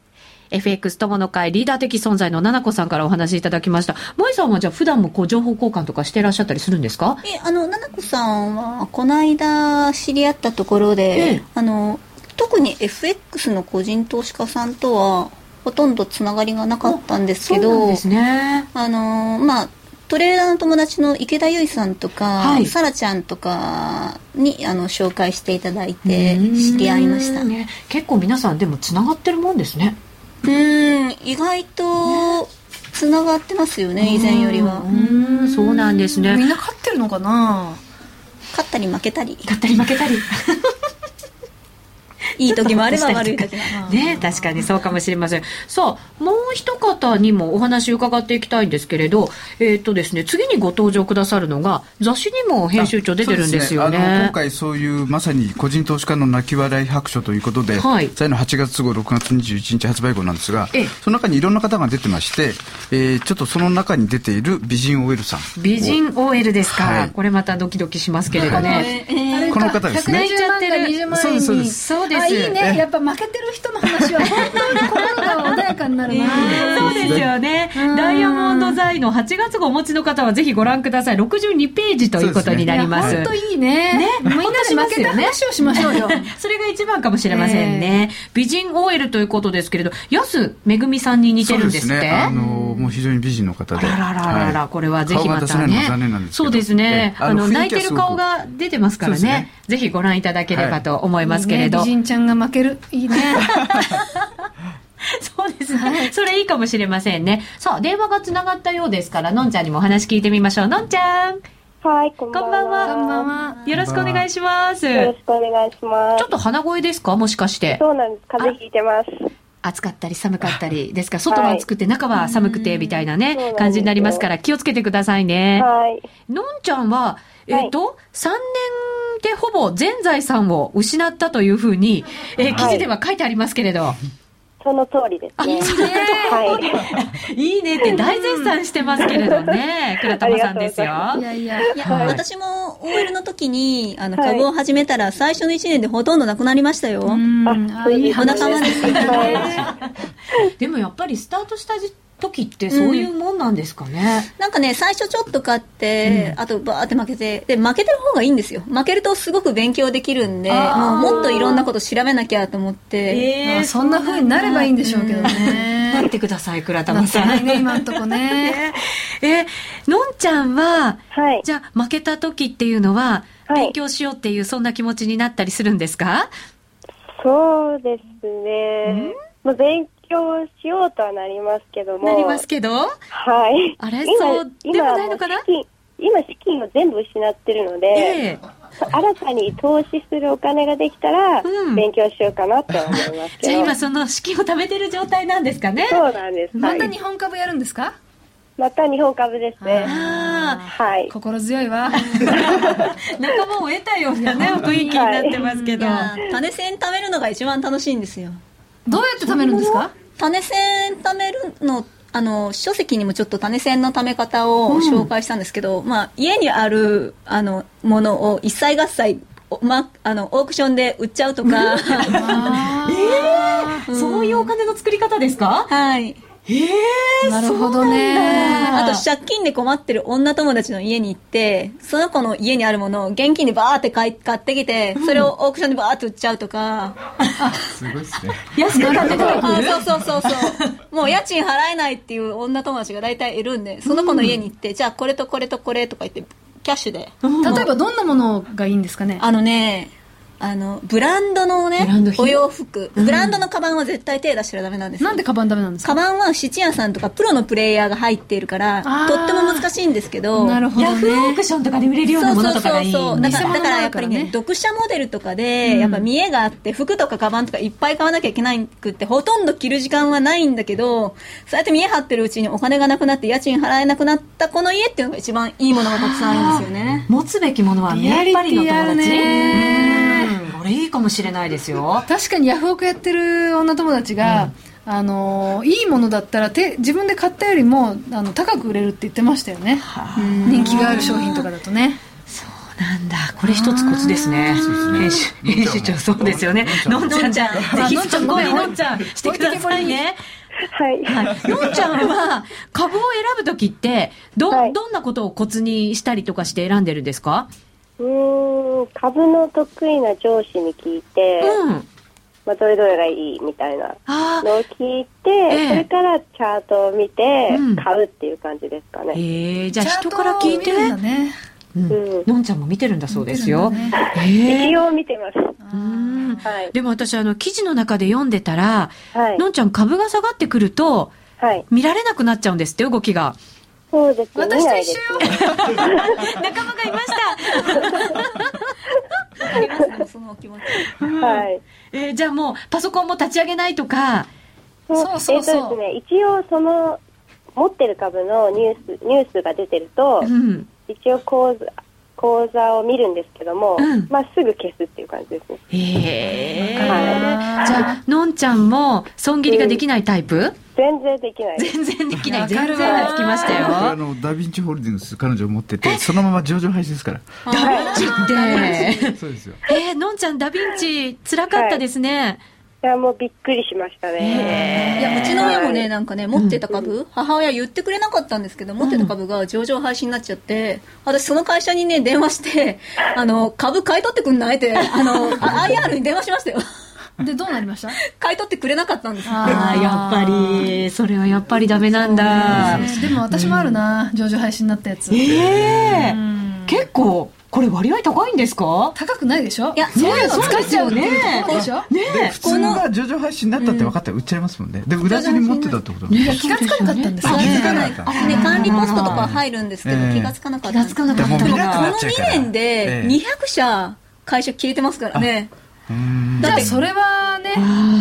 A: FX 友の会リーダー的存在の七子さんからお話いただきました。萌さんはじゃあ普段もこう情報交換とかしてらっしゃったりするんですか
C: えあの奈々子さんはこの間知り合ったところで、
A: ええ
C: あの特に FX の個人投資家さんとはほとんどつながりがなかったんですけ
A: そうなん
C: ど
A: ですね。
C: あのまあトレーダーの友達の池田由衣さんとか、
A: はい
C: さらちゃんとかにあの紹介していただいて知り合いました
A: うーんね結構皆さんでもつながってるもんですね。
C: うん意外とつながってますよね以前よりは
A: うーん、そうなんです
B: みん
A: ね。
B: な勝ってるのかな
C: 勝ったり負けたり
A: 勝ったり負けたり。
C: (laughs) いい時もあ
A: (laughs)
C: れば悪い時も
A: ね確かにそうかもしれません。さあ、もう一方にもお話伺っていきたいんですけれど、えっ、とですね、次にご登場くださるのが、雑誌にも編集長出てるんですよね。
E: そうあの今回そういうまさに個人投資家の泣き笑い白書ということで、
A: はい
E: 最後の8月号6月21日発売号なんですが
A: ええ
E: その中にいろんな方が出てまして、えーちょっとその中に出ている美人 OL さん
A: 美人 OL ですか、
E: はい
A: これまたドキドキしますけれどね。
E: この方ですね
B: 120万か20万円に
E: そうです
A: そうです
B: あいい
E: え
B: ねやっぱ負けてる人の話は本当に心が穏やかになるな、
A: そうですよね。
B: うん
A: ダイヤモンド財の8月号をお持ちの方はぜひご覧ください。62ページということになります。
B: いや本当いいね
A: ね
B: みんなで負けた話をしましょうよ
A: (laughs) それが一番かもしれませんね。美人 OL ということですけれど、安めぐみさんに似てるんですって。
E: ねあのもう非常に美人の方
A: あ
E: で
A: らららららら、
E: はい
A: これはぜひま
E: 顔
A: た
E: が出せないの
A: ね
E: は残念なんで。すけど
A: そうですね。
E: ええ
A: あの、
E: あの雰
A: 泣
E: 囲
A: い
E: 気は
A: てる顔が出てますから
E: そうです
A: ね
E: ね。
A: ぜひご覧いただければと思いますけれど。
B: いいね美人ちゃんが負けるいい (laughs) ね
A: そうですね。それいいかもしれませんね。さあ、電話がつながったようですから、のんちゃんにもお話聞いてみましょう。のんちゃん、
H: はい、こんば
A: こん
H: ん
A: ばんは。
H: は。
A: は。よろしくお願いします。
H: よろ
A: ち
H: しくお願いします。
A: ょっと鼻声ですかもしかして。
H: そうなんです。風邪ひいてます。
A: 暑かったり寒かったりですから、外は暑くて中は寒くてみたいな
H: そうなん
A: ね
H: で、すよ
A: 感じになりますから、気をつけてくださいね。
H: はい。
A: のんちゃんは、えっ、と、3年でほぼ全財産を失ったというふうに、えー記事では書いてありますけれど、
H: その通りですね。はい。
A: いいねって大絶賛してますけれどね、倉玉さんですよ。
H: あ
B: いやいや
C: いや、
A: はい
C: 私も OL の時にあの
H: はい
C: 株を始めたら最初の1年でほとんどなくなりましたよ、
B: うんあいい
C: お仲間ですよ
A: (laughs)
H: は
A: でもやっぱりスタートした時ってそういうもんなんですかね。
C: なんかね最初ちょっと買って、あとバーって負けてで負けてる方がいいんですよ負けるとすごく勉強できるんでもうもっといろんなこと調べなきゃと思って、
B: まあそんな風になればいいんでしょうけど
C: (laughs)
A: なっ
B: ね
A: てください、倉
B: な
A: 玉
B: っ
A: さ
B: て
A: ん。
B: ないね今んとこ
A: (laughs)
B: ね
A: え、のんちゃんは、
H: はい。
A: じゃあ負けた時っていうのは、
H: はい
A: 勉強しようっていうそんな気持ちになったりするんですか
H: そうですね。まあ、勉強しようとはなりますけども。
A: なりますけど、
H: はい。
A: あれ
H: 今
A: そうでもないのかな
H: 今資金今資金を全部失ってるの
A: え
H: で、
A: え
H: 新たに投資するお金ができたら、
A: うん
H: 勉強しようかなって思いますけど。
A: じゃあ今その資金を貯めてる状態なんですかね。
H: そうなんです。
B: ま
H: は
B: た
H: い。
B: 日本株やるんですか
H: また日本株ですね。
A: あ
H: はい。
B: 心強いわ
A: あ、仲間を得たようなね、雰囲気になってますけ
C: い
A: ど。
C: や種銭貯めるのが一番楽しいんですよ
B: どうやって貯めるんですか
C: 種銭貯めるのあの書籍にもちょっと種銭の貯め方を紹介したんですけど、まあ、家にあるあのものを一切合切おま、あのオークションで売っちゃうと
A: (laughs)
C: か、 (laughs)
A: ええそういうお金の作り方ですか
C: はい、
A: ええ
B: なるほど
A: そうなん
B: ね
A: だ
C: あと借金で困ってる女友達の家に行ってその子の家にあるものを現金でバーって買い買ってきてそれをオークションでバーって売っちゃうとか、
E: すごいですね
A: 安く買ってた
C: あそうそうそ
B: (laughs)
C: うそうもう家賃払えないっていう女友達が大体いるんでその子の家に行って、じゃあこれとこれとこれとか言ってキャッシュで
B: 例えばどんなものがいいんですかね
C: あのね、あの、ブランドのね
A: ブランド、品
C: お洋服、ブランドのカバンは絶対手出したらダメなんですよ
B: なんでカバンダメなんです
C: カ
B: か
C: バンは質屋さんとかプロのプレイヤーが入っているから、
B: あー
C: とっても難しいんですけど、
B: なるほど
A: ヤフーオークションとかで売れるよう
C: そ
A: な
C: う
A: も
C: そ
A: の
C: う
A: とかが
C: そう
A: いいん
C: そう。だから、
B: 偽物
C: だ
B: も
C: から
B: あ
C: やっ
B: るか
C: ぱ
B: ら
C: り
B: ね
C: ね、読者モデルとかで、やっぱ見栄があって、服とかカバンとかいっぱい買わなきゃいけないくって、ほとんど着る時間はないんだけど、そうやって見栄張ってるうちにお金がなくなって、家賃払えなくなったこの家っていうのが一番いいものがたくさんあるんですよね。
A: 持つべきものはねやっぱりの友達。
B: ね
A: うんこれいいかもしれないですよ。
B: 確かにヤフオクやってる女友達が、あのーいいものだったらて自分で買ったよりもあの高く売れるって言ってましたよね人気がある商品とかだとね
A: そうなんだ。これ一つコツですね。編集編集長、そうですよね。のんちゃん、ぜひ
B: のんちゃん
A: 参考に
B: ごめ
A: の
B: ん
A: んちゃんしてくださいね。
I: はい。
A: はいのんちゃんは株を選ぶときって、ど、
I: はい
A: どんなことをコツにしたりとかして選んでるんですか
I: うーん、株の得意な上司に聞いて、
A: うん。
I: まあ、どれどれがいいみたいな
A: ああ、
I: のを聞いて、
A: ええ
I: それからチャートを見て
A: うん、
I: 買うっていう感じですかね。
A: ええじゃあ
B: チャー
A: 人
B: ト
A: から聞いて
B: を見るんだね
A: うん
I: うん
A: のんちゃんも見てるんだそうですよ。
B: 見てるん
A: え
I: 一
A: え
I: 応見てます。
A: うん
I: はい。
A: でも私、あの、記事の中で読んでたら、
I: はい
A: の。んちゃん株が下がってくると、
I: はい。
A: 見られなくなっちゃうんですって、動
I: (laughs)
A: きが。
I: そうですね。見
B: 私と
I: ない
B: 一
I: です
B: 緒
I: ね
B: よ
A: (laughs) 仲間がいました。
I: (laughs)
C: ありますねそのお気持ち。
I: はい。
A: えーじゃあもう、パソコンも立ち上げないとか、
B: そうそうそう
I: えっとですね、一応その、持ってる株のニュース、ニュースが出てると
A: う、ん。
I: 一応口座、口座を見るんですけども、
A: うん
I: まあすぐ消すっていう感じですね。
A: ええ
I: はい
A: じゃあ、のんちゃんも、損切りができないタイプ、
I: 全然できないです。
A: 全然できない。
B: わ
A: 全
B: か
A: 然
B: るわ
A: 聞きました
E: 僕あ
A: よ。
E: のダヴィンチホールディングス彼女持っててそのまま上場廃止ですから
A: ダヴィンチって。
E: そうですよ
A: えー、のんちゃん、ダヴィンチ、辛かったですね。
I: いや、もうびっくりしましたね。
C: いや、うちの親もね、なんかね、持ってた株、母親言ってくれなかったんですけど、持ってた株が上場廃止になっちゃって、私その会社にね、電
I: (laughs)
C: 話して、あの、株買い取ってくんないって、あの、あ IR に電話しましたよ。
B: でどうなりました
C: 買い取ってくれなかったんですよ。
A: ああ、やっぱり、それはやっぱりダメなんだ。
B: でも私もあるな、上場配信になったやつ
A: ええ
B: うん
A: 結構、これ割合高いんですか
B: 高くないでしょ
C: いや
B: そういうの使っちゃうって
A: そうですよね
B: ことでしょ
A: ね
E: で普通が上場廃止になったって分かったら売っちゃいますもんねで売らずに持ってたってことなんで
B: いや気がつかなかったんですよ
E: 気づか
B: ね
E: なかった
C: あれね、管理ポストとか入るんですけど
E: え、え
C: 気がつかなかったんです。
A: 気がつかなかった
E: もう
C: で
E: 見
C: もこ
E: なくな
C: の
E: っちゃう
C: 2
E: から
C: 年で
E: ええ
C: 200社、会社消えてますからね。
E: うん
B: じゃあそれはね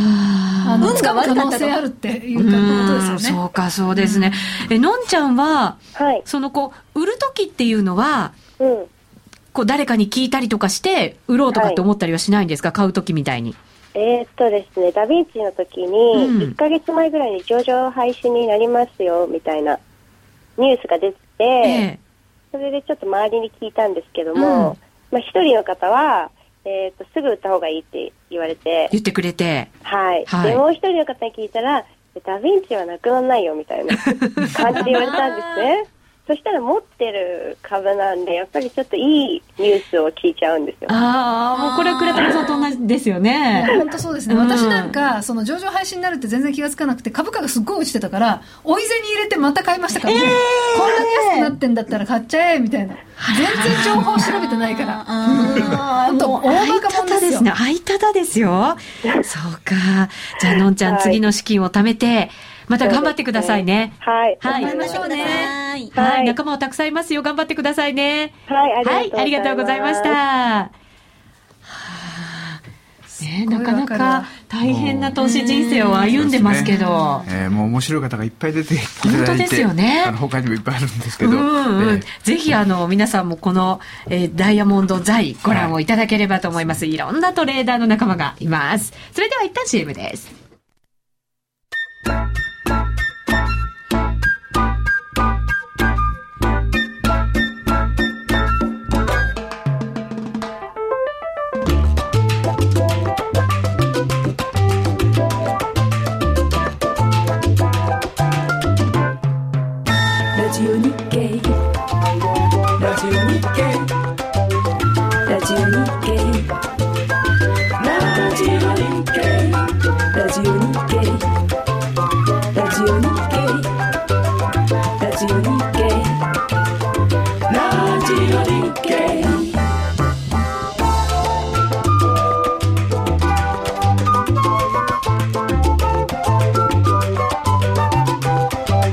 B: あの
C: 運
B: 使
C: が
B: う可
C: 悪かっ
B: 能
C: たと
B: 性あるっていうことですよ
A: うん
B: ね
A: そうか、そうですね。え、のんちゃんは、
I: はい。
A: そのこう、売るときっていうのは、
I: うん。
A: こう、誰かに聞いたりとかして、売ろうとかって思ったりはしないんですか、買うときみたいに。
I: えーっとですね、ダヴィンチの時に、
A: うん
I: 1ヶ月前ぐらいに上場廃止になりますよ、みたいなニュースが出てて、
A: ええ。
I: それでちょっと周りに聞いたんですけども、まあ一人の方は、えーっと、すぐ売った方がいいって言われて、
A: 言ってくれて。
I: はい。
A: はい
I: で、もう一人の方に聞いたら、ダヴィンチはなくならないよ、みた
A: (laughs)
I: いな感じで言われたんですね。そしたら持ってる株なんで、やっぱりちょっといいニュースを聞いちゃうんですよ。
A: ああ、もうこれは倉田さんと同じですよ
B: い
A: ね。
B: や本当そうですね、
A: うん
B: 私なんかその上場廃止になるって全然気がつかなくて株価がすっごい落ちてたからおい銭入れてまた買いましたからね、こんなに安くなってんだったら買っちゃえみたいな全然情報調べてないから本当大
A: あい
B: バ
A: た
B: カ
A: た
B: 者で
A: ですす
B: よ
A: ね。あいたたです (laughs) よ。そうか。じゃあ、のんちゃん、
I: はい
A: 次の資金を貯めて、また頑張ってくださいね。
I: はい。
A: はい
I: 頑張りましょう
A: ね
C: はい。
I: はい
A: はい、仲間もたくさんいますよ。頑張ってくださいね。
I: はい、
A: はい、ありがとうございました。
I: は
A: はあね、な
B: ごいわか
A: か
B: るわ
A: なか大変な投資人生を歩んでますけど。
E: えーもう面白い方がいっぱい出ていただいて
A: 本当ですよね
E: あの他にもいっぱいあるんですけ
A: う
E: ど、
A: んう
E: え
A: ん、ぜひあの皆さんもこの、えーダイヤモンド財ご覧をいただければと思います、い、ろんなトレーダーの仲間がいますそれでは一旦 CM です
J: ラジオ日経ラジオ日経ラジオ日経ラジオ日経ラジオ日経ラジオ日経ラジオ日経ラジオ日経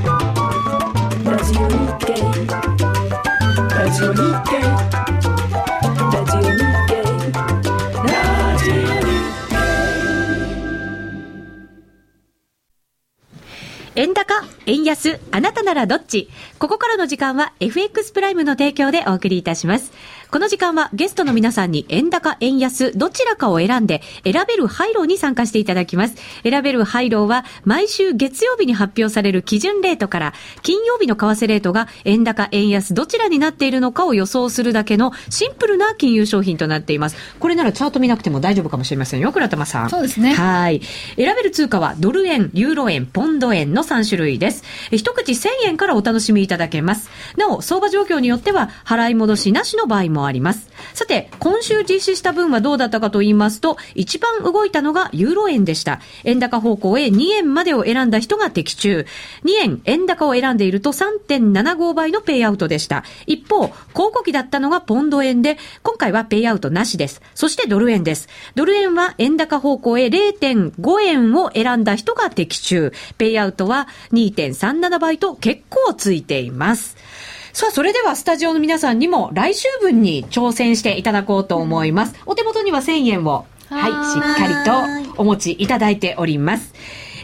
J: ラジオ日経ラジオ日経ラジオ日経ラジオ日経
A: 円高円安あなたならどっちここからの時間は FX プライムの提供でお送りいたしますこの時間はゲストの皆さんに円高、円安、どちらかを選んで、選べる廃炉に参加していただきます。選べる廃炉は、毎週月曜日に発表される基準レートから、金曜日の為替レートが円高、円安、どちらになっているのかを予想するだけのシンプルな金融商品となっています。これならチャート見なくても大丈夫かもしれませんよ、倉玉さん。
B: そうですね
A: はい。選べる通貨はドル円、ユーロ円、ポンド円の3種類です。え一口1000円からお楽しみいただけます。なお、相場状況によっては払い戻しなしの場合もあります。さて、今週実施した分はどうだったかと言いますと、一番動いたのがユーロ円でした。円高方向へ2円までを選んだ人が的中。2円、円高を選んでいると3.75倍のペイアウトでした。一方、広告期だったのがポンド円で、今回はペイアウトなしです。そしてドル円です。ドル円は円高方向へ0.5円を選んだ人が的中。ペイアウトは2.37倍と結構ついています。さあ、それではスタジオの皆さんにも来週分に挑戦していただこうと思います。お手元には1000円を、はい、しっかりとお持ちいただいております。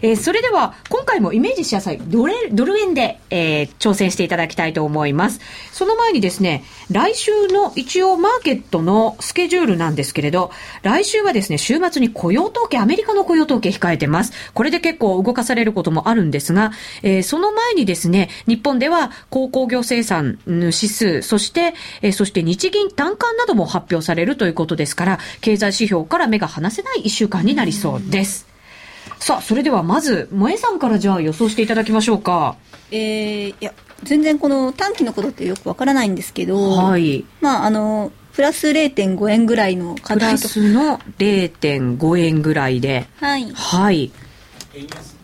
A: えーそれでは、今回もイメージしやすいドルドル円で、えー挑戦していただきたいと思います。その前にですね、来週の一応マーケットのスケジュールなんですけれど、来週はですね、週末に雇用統計、アメリカの雇用統計控えてます。これで結構動かされることもあるんですが、えーその前にですね、日本では鉱工業生産うん指数、そして、えーそして日銀短観なども発表されるということですから、経済指標から目が離せない一週間になりそうです。さあ、それではまず、萌えさんからじゃあ予想していただきましょうか。
C: えーいや全然この短期のことってよくわからないんですけど、
A: はい。
C: まああのプラス0.5円ぐらいの課
A: プ
C: 題
A: ラ
C: と
A: スの0.5円ぐらいで、
C: はい
A: はい。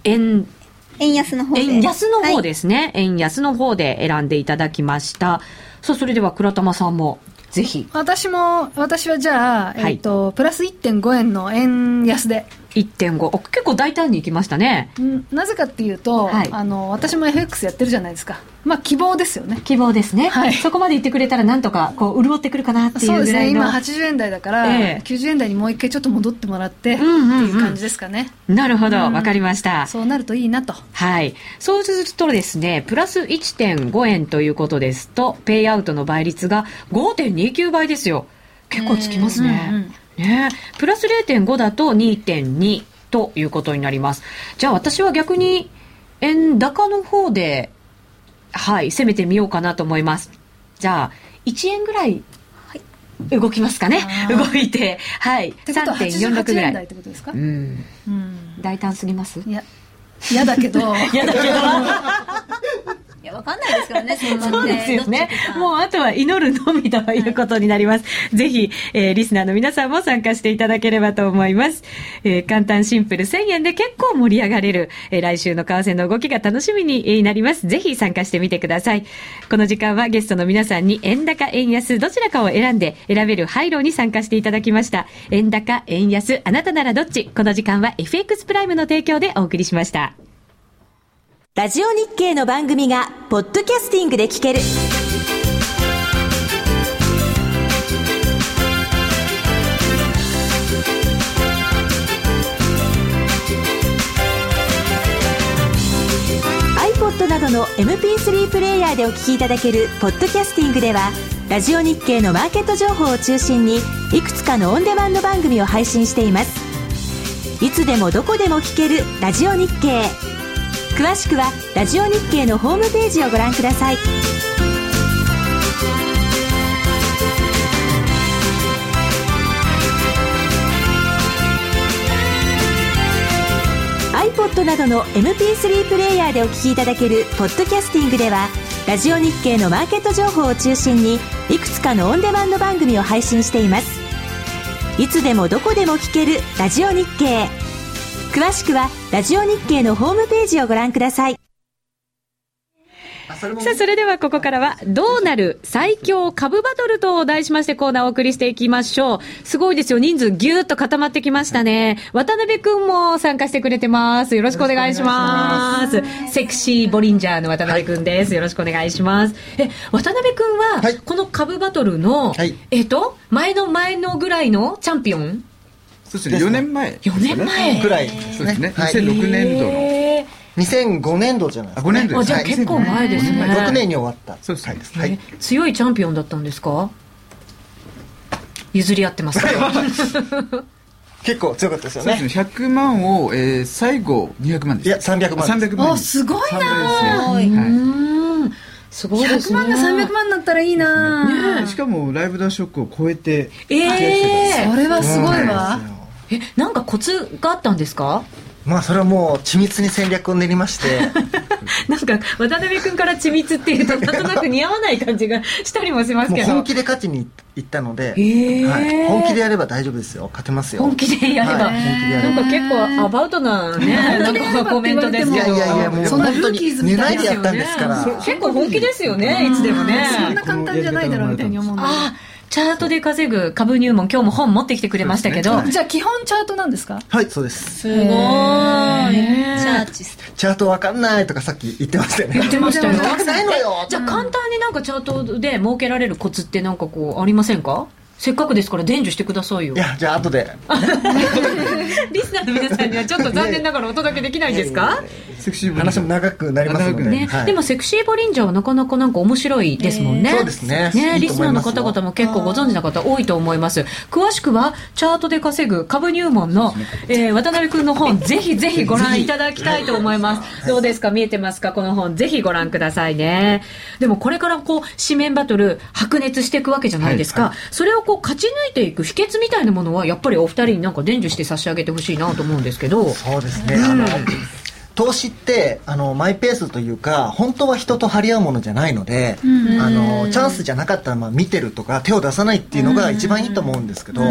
A: 円、
C: 円安の方で、
A: 円安の方ですすね、円安の方で選んでいただきました。さあ、それでは倉玉さんも、ぜひ、
B: 私も、私はじゃあ、
A: はい
B: えっ、と、プラス1.5円の円安で。
A: 1.5。お結構大胆に行きましたね。
B: うんなぜかっていうと、
A: はい
B: あの、私も FX やってるじゃないですか。まあ、希望ですよね。
A: 希望ですね。
B: はい
A: そこまで言ってくれたら、なんとか、こう、潤ってくるかなって
B: そ
A: いうう
B: です
A: ぐら
B: ね。
A: いの。
B: 今80円台だから、
A: ええ
B: 90円台にもう一回ちょっと戻ってもらって、
A: うんうんうん
B: っていう感じですかね。
A: なるほど、
B: うん
A: わかりました。
B: そうなるといいなと。
A: はい。そうするとですね、プラス1.5円ということですと、ペイアウトの倍率が5.29倍ですよ。結構つきますね。
B: うんうん
A: ねえプラス0.5だと2.2ということになります。じゃあ私は逆に、円高の方で、はい、攻めてみようかなと思います。じゃあ、1円ぐらい、動きますかね。動いて、はい、
B: ってことは
A: 3.46
B: 88
A: ぐら
B: 円台
A: い
B: っ。てことですか
A: う、ん。
B: うん、
A: 大胆すぎます
B: いや、嫌だけど、
A: (laughs) 嫌だけど。
C: いやわかんないですから
A: (laughs)
C: ねそんな
A: そ
C: ん
A: う
C: で
A: ですよね
C: どっちか。
A: もうあとは祈るのみということになります。ぜひ、えーリスナーの皆さんも参加していただければと思います。えー簡単シンプル1000円で結構盛り上がれる、えー来週の為替の動きが楽しみにえーなります。ぜひ参加してみてください。この時間はゲストの皆さんに円高、円安、どちらかを選んで選べる配慮に参加していただきました。円高、円安、あなたならどっちこの時間は FX プライムの提供でお送りしました。
D: ラジオ日経の番組がポッドキャスティングで聞ける。iPod などの MP3 プレイヤーでお聞きいただけるポッドキャスティングでは、ラジオ日経のマーケット情報を中心に、いくつかのオンデマンド番組を配信しています。いつでもどこでも聞けるラジオ日経。詳しくはラジオ日経のホームページをご覧ください「iPod」などの MP3 プレイヤーでお聞きいただける「ポッドキャスティング」ではラジオ日経のマーケット情報を中心にいくつかのオンデマンド番組を配信していますいつでもどこでも聞ける「ラジオ日経」詳しくはラジオ日経のホームページをご覧ください
A: さあ、それではここからは、どうなる最強株バトルと題しましてコーナーをお送りしていきましょう。すごいですよ。人数ぎゅーっと固まってきましたね。渡辺くんも参加してくれてます。よろしくお願いします。セクシーボリンジャーの渡辺くんです。よろしくお願いします。え、渡辺くんは、
K: はい
A: この株バトルの、
K: はい
A: えっと、前の前のぐらいのチャンピオン
E: そうですね4年前
A: 4年前
K: くらいですね。
E: そうですね
K: はい、
E: 2006年度の
A: え
K: 2005年度じゃないで
E: あ
K: すか、
E: 5年度
A: ー、あ
E: です
A: じゃあ
E: ね
A: 結構前ですね。
K: 6年に終わった。
E: そうですね
K: はい
A: 強いチャンピオンだったんですか譲り合ってますけど (laughs)
K: 結構強かったですよ
E: そうで
K: ね
E: すね100万を、えー最後200万
K: い
E: です
K: や300万です
E: 300万
B: あすごい
E: 3
B: な
E: 倍ですね、はい
A: うんすごいです
B: 100
A: ね
B: 万が300万だったらいいな
E: しかもライブダーショックを超えて
A: ええ
B: それはすごいわ
A: えなんかコツがあったんですか
K: まあそれはもう緻密に戦略を練りまして
A: (laughs) なんか渡辺君から緻密っていうとなんとなく似合わない感じがしたりもします
K: もう
A: けど
K: 本気で勝ちにいったので、
A: ー
K: はい、本気でやれば大丈夫ですよ勝てますよ
A: 本気でやれば、
K: はい本気でや
A: な
K: れ
A: ん
K: ば
A: か結構アバウトなねなんかコメントです
K: い
A: け
K: や
A: ど
K: いやいやもう
B: そんなル
K: 本当
B: ーキー
K: に
B: ズみ
K: 寝
B: た
K: ないい
B: な
K: でやったんですから、
E: そう
A: 結構本気ですよねいつでもね
B: そんな簡単じゃないだろうみたいに思うんだけ
A: ああチャートで稼ぐ株入門今日も本持ってきてくれましたけど、
B: どじゃあ基本チャートなんですか
K: はいそうです
F: すごい。チャーチス
K: チャートわかんないとかさっき言ってましたよね
A: 言ってましたよ
K: わかんないのよ
A: じゃあ簡単になんかチャートで設けられるコツってなんかこうありませんかせっかくですから伝授してくださいよ
K: いやじゃあ後で
A: (laughs) リスナーの皆さんにはちょっと残念ながらお届けできないですか
E: セクシーボディ
K: 話も長くなりますので、
E: 長くな
A: ね
K: はい
A: でもセクシーボリンジャーはなかなかなんか面白いですもんね、
K: そうですね
A: ね
K: いい
A: リ
K: と
A: ス
K: 思
A: ナー
K: い
A: の
K: ますよ
A: 方々も結構ご存知の方多いと思います詳しくはチャートで稼ぐ株入門の、えー渡辺君の本ぜひぜひご覧いただきたいと思いますどうですか見えてますかこの本ぜひご覧くださいねでもこれからこう紙面バトル白熱していくわけじゃないです
E: は
A: か、
E: い
A: それをこう勝ち抜いていく秘訣みたいなものはやっぱりお二人になんか伝授して差し上げてほしいなと思うんですけど
K: そうですね、あの投資ってあのマイペースというか本当は人と張り合うものじゃないので、あのチャンスじゃなかったらまあ見てるとか手を出さないっていうのが一番いいと思うんですけど、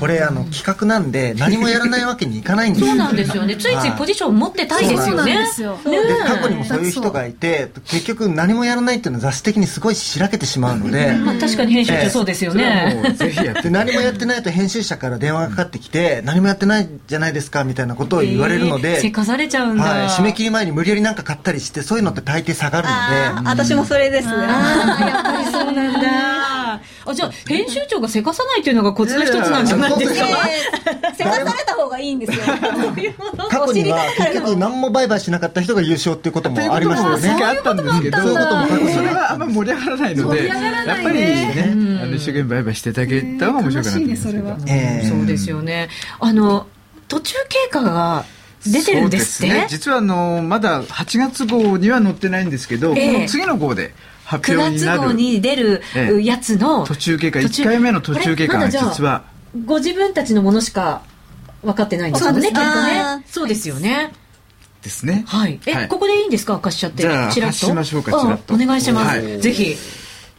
K: これあの企画なんで何もやらないわけにいかないんです
A: そうなんですよねついついポジション持ってたいです
B: そう
A: よ
B: なん
A: ね
B: ですよ
A: ね
K: で過去にもそういう人がいて結局何もやらないっていうのは雑誌的にすごいしらけてしまうので。
A: まあ、確かに編集長そうですよね。
E: もうぜひやっ
K: で
A: (laughs)
E: て
K: 何もやってないと編集者から電話がかかってきて何もやってないじゃないですかみたいなことを言われるの
A: え
K: で
A: ーせかされちゃうんだ。
K: はい、締め切り前に無理やりなんか買ったりしてそういうのって大抵下がる
C: あ
K: の
C: ー私もそれです
A: あーやっぱりそうなん (laughs) だ。あ、じゃあ、編集長がせかさないというのがコツの一つなんじゃないですか。
C: せかされた方がいいんですよ
K: で過去には結局何も売買しなかった人が優勝っていうこともありましたよ
E: そういう
K: ね
E: ことも一回あったんですけど
K: そういうこともあったんだ
E: でもそれはあんまり盛り上がらないのでやっぱりねあの一生懸命バイバイしていただけたら面白くなってきますけど
B: 悲しいね
K: ええ
A: そうですよね。あの、途中経過が出てるんですっ
E: そう
A: て
E: 実はあのまだ8月号には載ってないんですけど、
A: ええ
E: この次の号で発
A: ?9
E: 表に
A: 月
E: な
A: 号
E: る
A: に出る
E: ええ
A: やつの
E: 途中経過1回目の途中経過が
A: あれまだじゃあ
E: 実は
A: ご自分たちのものしか分かってないんですよね、きっと
C: あ
A: ね
C: ー。
A: そうですよね。
E: ですね、
A: はい。え、
E: はい
A: ここでいいんですか明かしちゃって。
E: じゃあ
A: ちらっ
E: 発しましょうかちらっと
A: あお願いします。
E: はい
A: ぜひ。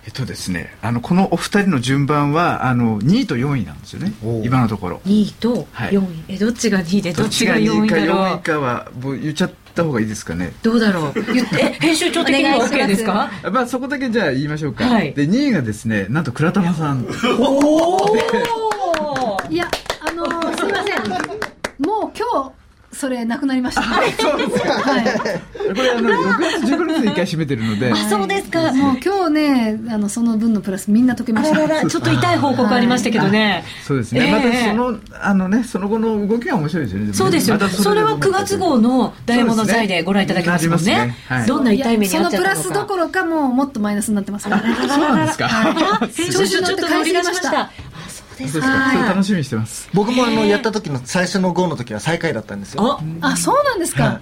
E: えっとですねあのこのお二人の順番はあの2位と4位なんですよね
K: おう
E: 今のところ
A: 2位と
E: はい
A: 4位、えどっちが2位でど
E: ど
A: っ
E: っ
A: ち
E: ち
A: が
E: が
A: 4
E: 2
A: 位
E: 位か
A: だろ
E: 4
A: う
E: 位かはもう言っちゃった方がいいですかね
A: どうだろう言ってえ編集長的には OK ですか
E: まあそこだけじゃあ言いましょうか、
A: はい
E: で2位がですねなんと倉玉さん
A: おー
B: いやあのーすいませんもう今日それなくなりました
E: そうですか
B: はい
E: これあの6月15日に1回締めてるので (laughs)
A: あそうですか
B: もう今日ねあのその分のプラスみんな解けま
A: あ
B: し
A: らら
B: た
A: らちょっと痛い報告ありましたけどね、
E: そうですね、
A: ええ
E: またそのあのねその後の動きが面白いですよねもね
A: そうですよ、
E: また
A: それは9月号の「ダイヤモンド財」でご覧いただけますもんね
E: そうですねはい
A: どんな痛い目に遭っちゃったのか
B: いやそのプラスどころかもうもっとマイナスになってますから
E: そうなんですか (laughs)
A: あ編集長ちょっと乗り出しましたあそうです
E: そうですかそれ楽しみにしてます
K: 僕もあのやった時の最初の号の時は最下位だったんですよ
A: あ
B: あそうなんですか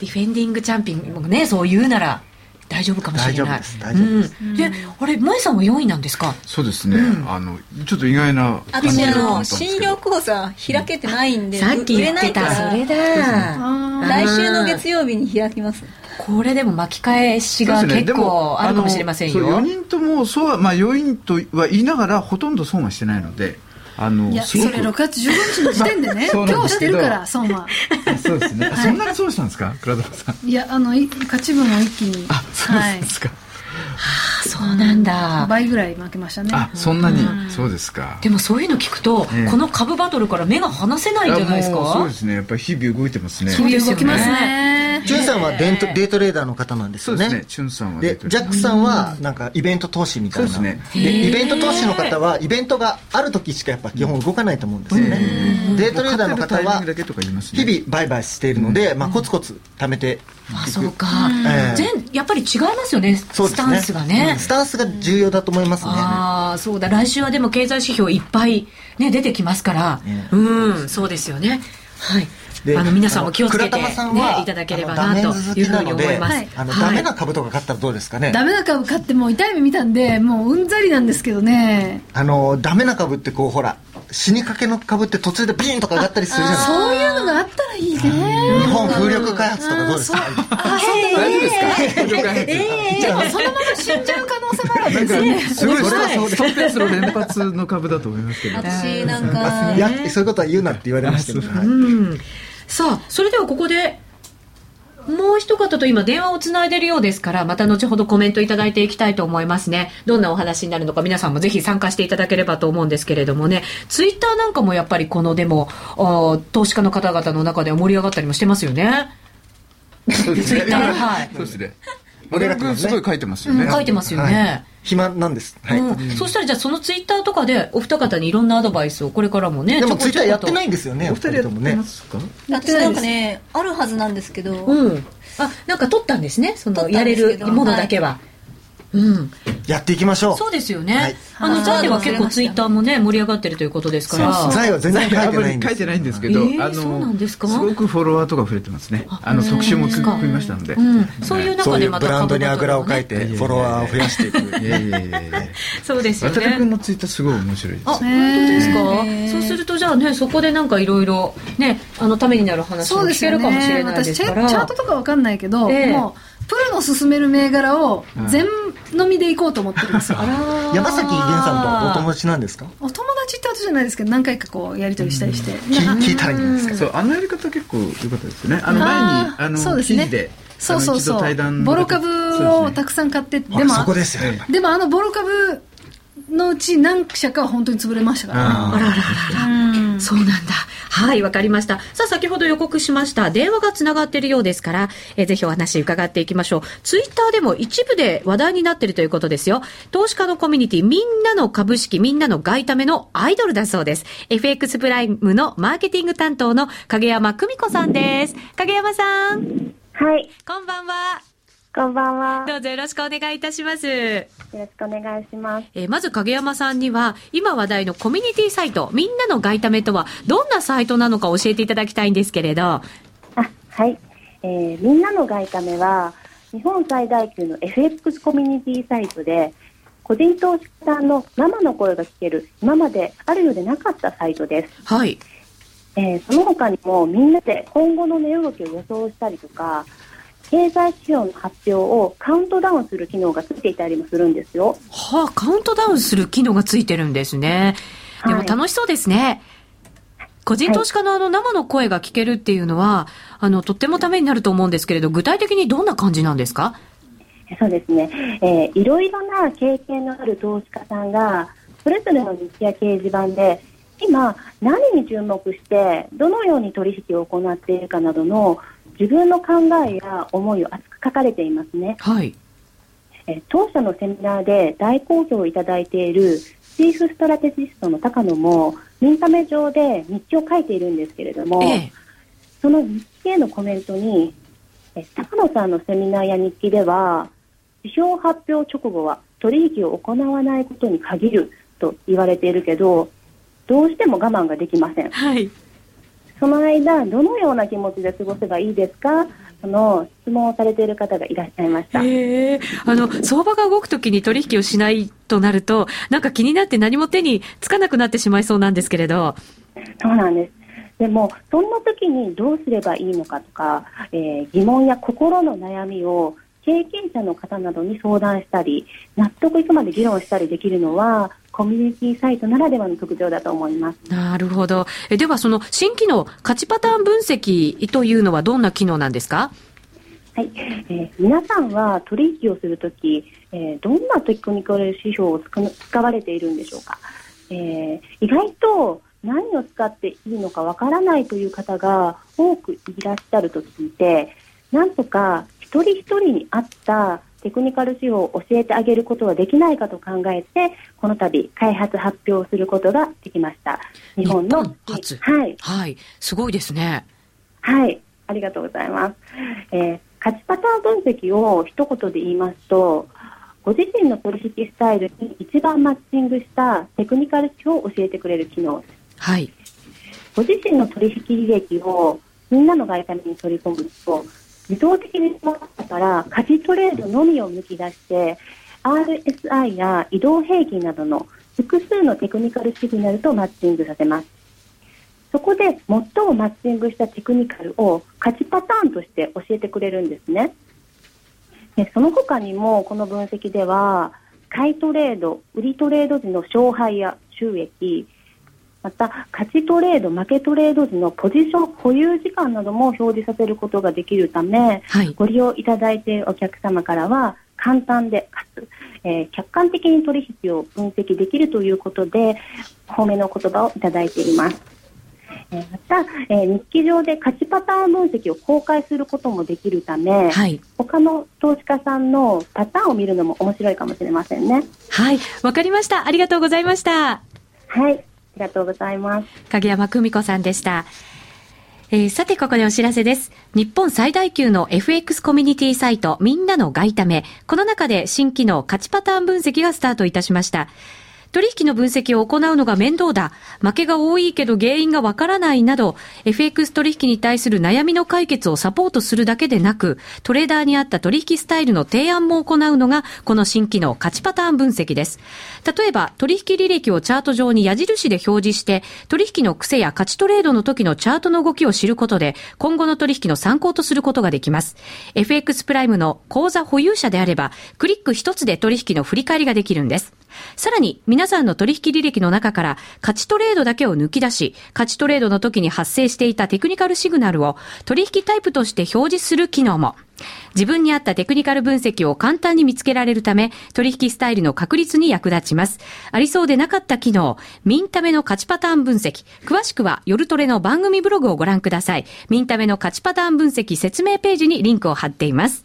A: ディフェンディングチャンピオンもねそう言うなら大丈夫かもしれない、
K: 大丈夫です大丈夫です
A: うん、であれ萌さんは4位なんですか
E: そうですね、あのちょっと意外な
C: 私あの
E: 新
C: 診療講座開けてないんで
A: さっき
C: 売れ
A: 言っ
C: な
A: て
C: いか
A: た
C: ら
A: それだ
B: あ
C: 来週の月曜日に開きます
A: これでも巻き返しが結構あるかもしれませんよ
E: 4人ともそうはまあ4人とは言いながらほとんど損はしてないのであの
B: いや
E: す
B: そ
E: ごく
B: れ6月15日の時点でね
E: まあそうなん
B: 今
E: で
B: 日
E: す
B: し
E: け
B: て
E: ど
B: るから損は
E: そうですね、そんなに損したんですか倉田さん
B: いやあのい勝ち分を一気に
E: あそうなんですか、
A: そうなんだ
B: 倍ぐらい負けましたね
E: あそんなに、そうですか
A: でもそういうの聞くと、
E: ええ
A: この株バトルから目が離せないんじゃないです
E: やもうそう
A: か
E: ですねやっぱり日々動いてますね
A: そうですよ
B: 動きます
A: ね
B: ね
K: ジュンさんはデントデイトレーダーの方なんですよね。
E: そうですねチュンさんはデイ
K: で
E: トレーダ
K: ジ
E: ー
K: ャックさんはなんかイベント投資みたいな。
E: そうですね
K: イベント投資の方はイベントがある時しかやっぱ基本動かないと思うんですよね。デイトレーダーの方
E: 買ってるタイミン
K: は
E: グだけとか言いますね
K: 日々売買しているので、まあコツコツ貯めていく。
A: あそうか、
K: ええ
A: 全やっぱり違いますよね
K: そう
A: ス
K: です
A: タンスがね、
K: うんスタンスが重要だと思いますね。
A: ああそうだ来週はでも経済指標いっぱい、ね、出てきますから、
K: ね
A: うんそうですよねはい
K: で
A: あの皆さんも気をつけて、
K: 倉玉
A: ね
K: さんは、、
A: いただければなというふうに思います、
K: あの
A: は
K: ダ
A: い
K: メな株とか買ったらどうですかね、
B: ダメな株買ってもう痛い目見たんでもううんざりなんですけどね
K: あのダメな株ってこうほら死にかけの株って途中でビーンとか上がったりするじゃない
B: そういうのがあったらいいね
K: ですか日本風力開発とかどうですか
E: 大丈夫ですか了解です
B: でもそのまま死んじゃう可能性もあるわけ
E: なん
B: です
E: か
B: よね
E: すごいストペースの連発の株だと思いますけど
C: 私なんか
K: いやそういうことは言うなって言われましたけど、はい
A: うん、さあそれではここでもう一方と今電話をつないでるようですからまた後ほどコメントいただいていきたいと思いますねどんなお話になるのか皆さんもぜひ参加していただければと思うんですけれどもねツイッターなんかもやっぱりこのでもあー投資家の方々の中では盛り上がったりもしてますよね
E: そうですね
A: ツイッターはい
E: そうですね
K: 盛り上がってますね
E: 僕すごい書いてますよね
A: 書いてますよね、
K: 暇なんです、はい
A: うん、そしたらじゃあそのツイッターとかでお二方にいろんなアドバイスをこれからもね
K: でもツイッターやってないいんですよね
E: お二人や
K: と
E: っ
K: も
E: て
K: ね
E: ますか
C: 私なんかねあるはずなんですけど、
A: うんあなんか取ったんですねその
C: 取っ
A: や
C: たん
A: れ
C: ですけど
A: るものだけは、うん
K: やっていきましょう
A: そうですよね。
K: はい
A: あの、
C: はい
A: ザイでは結構ツイッターもね、盛り上がってるということですから。
K: 財は全然書いてないんです
E: 書いてないんですけど、
A: えーそうなんですか
E: ごくフォロワーとか増えてますねあの特集も組みましたので、
A: うん、そういう
K: そう
A: 中
K: い
A: で
K: う
A: ま
K: ブ
A: た
K: ランドにあぐらを
A: 株
K: か
A: 価
K: い
A: とかね
K: てフォロワーを増やしていく
E: いやいやいやいや
A: そうですよ
E: 渡辺君
A: ね
E: のツイッターすごい面白いです
A: あ本当ですか、そうするとじゃあねそこでなんかいろいろねあのためになる話も
B: そうで
A: 聞
B: す
A: け
B: よ
A: るかもしれ
B: ね
A: ないで
B: 私チ
A: す
B: ェ
A: か
B: チャー
A: ら
B: トとかわかんないけど、
A: ええ
B: もうプロの勧める銘柄を全飲みでいこうと思ってるんですよ、
K: 山崎源さんとはお友達なんですか
B: お友達って後じゃないですけど何回かこうやり取りしたりして、
K: 聞聞いたらいいんじゃないですか
E: そうあのやり方結構良かったですよねあの前に
B: あー
E: あの
B: そうですね
E: 記事で
B: そうそ
E: あ
B: う
E: の一度
B: そ
E: 対談
B: う
E: の
B: ボロ株
E: そう
B: を
E: です
B: た
E: ね
B: くさん買ってで,、
K: ほら
B: も
K: そこですよ
B: でもあのボロ株のうち何社かは本当に潰れましたから、
E: あ
B: ね、
A: そうなんだはいわかりましたさあ先ほど予告しました電話がつながっているようですから、えーぜひお話伺っていきましょうツイッターでも一部で話題になっているということですよ投資家のコミュニティみんなの株式みんなの外為のアイドルだそうです FX プライムのマーケティング担当の影山久美子さんです影山さん
H: はい、
A: こんばんは
H: こんばんは。
A: どうぞよろしくお願いいたします
H: よろしくお願いします。
A: えーまず影山さんには今話題のコミュニティサイトみんなの外為とはどんなサイトなのか教えていただきたいんですけれど
H: あ、はい。えーみんなの外為は、日本最大級の FX コミュニティサイトで、個人投資家さんの生の声が聞ける、今まであるようでなかったサイトです。
A: はい
H: えーその他にもみんなで今後の値動きを予想したりとか経済指標の発表をカウントダウンする機能がついていたりもするんですよ。
A: はあカウントダウンする機能がついてるんですねでも
H: はい
A: 楽しそうですね、個人投資家のあの生の声が聞けるっていうのはあのとってもためになると思うんですけれど具体的にどんな感じなんですか
H: そうですね、えーいろいろな経験のある投資家さんがそれぞれの日や掲示板で今何に注目してどのように取引を行っているかなどの自分の考えや思いを熱く書かれていますね。
A: はい
H: えー当社のセミナーで大好評いただいているチーフストラテジストの高野もインカメ上で日記を書いているんですけれども、
A: ええ
H: その日記へのコメントにえー高野さんのセミナーや日記では指標発表直後は取引を行わないことに限ると言われているけどどうしても我慢ができません
A: はい
H: その間どのような気持ちで過ごせばいいですかその質問をされている方がいらっしゃいました。
A: へえあの相場が動くときに取引をしないとなるとなんか気になって何も手につかなくなってしまいそうなんですけれど
H: そうなんです。でも、そんな時にどうすればいいのかとか、えー疑問や心の悩みを経験者の方などに相談したり、納得いくまで議論したりできるのは、コミュニティサイトならではの特徴だと思います。
A: なるほど。えでは、その新機能、価値パターン分析というのはどんな機能なんですか
H: はい。えー皆さんは取引をするとき、えーどんなテクニカル指標を使う使われているんでしょうか、えー意外と何を使っていいのかわからないという方が多くいらっしゃると聞いて、なんとか一人一人に合ったテクニカル手法を教えてあげることはできないかと考えてこの度開発発表をすることができました日本の
A: 初
H: はい、
A: はい。すごいですね。
H: はい、ありがとうございます、えー勝ちパターン分析を一言で言いますとご自身の取引スタイルに一番マッチングしたテクニカル手法を教えてくれる機能
A: はい。
H: ご自身の取引履歴をみんなの外為に取り込むと、自動的にその中から価値トレードのみを抜き出して、RSI や移動平均などの複数のテクニカルシグナルとマッチングさせます。そこで最もマッチングしたテクニカルを価値パターンとして教えてくれるんですね。でその他にもこの分析では、買いトレード、売りトレード時の勝敗や収益、また勝ちトレード、負けトレード時のポジション保有時間なども表示させることができるため、
A: はい。
H: ご利用いただいているお客様からは簡単でかつ、えー客観的に取引を分析できるということで褒めの言葉をいただいています。えーまた、えー日記上で勝ちパターン分析を公開することもできるため、
A: はい。
H: 他の投資家さんのパターンを見るのも面白いかもしれませんね。
A: はい。わかりました。ありがとうございました。
H: はい、ありがとうございます。
A: 影山久美子さんでした。えーさて、ここでお知らせです。日本最大級の FX コミュニティサイト、みんなの外為。この中で新機能、価値パターン分析がスタートいたしました。取引の分析を行うのが面倒だ。負けが多いけど原因がわからないなど、FX 取引に対する悩みの解決をサポートするだけでなく、トレーダーに合った取引スタイルの提案も行うのが、この新機能、価値パターン分析です。例えば、取引履歴をチャート上に矢印で表示して、取引の癖や価値トレードの時のチャートの動きを知ることで、今後の取引の参考とすることができます。FX プライムの口座保有者であれば、クリック一つで取引の振り返りができるんです。さらに、皆さんの取引履歴の中から、価値トレードだけを抜き出し、価値トレードの時に発生していたテクニカルシグナルを、取引タイプとして表示する機能も。自分に合ったテクニカル分析を簡単に見つけられるため、取引スタイルの確立に役立ちます。ありそうでなかった機能、ミンタメの勝ちパターン分析。詳しくは、夜トレの番組ブログをご覧ください。ミンタメの勝ちパターン分析説明ページにリンクを貼っています。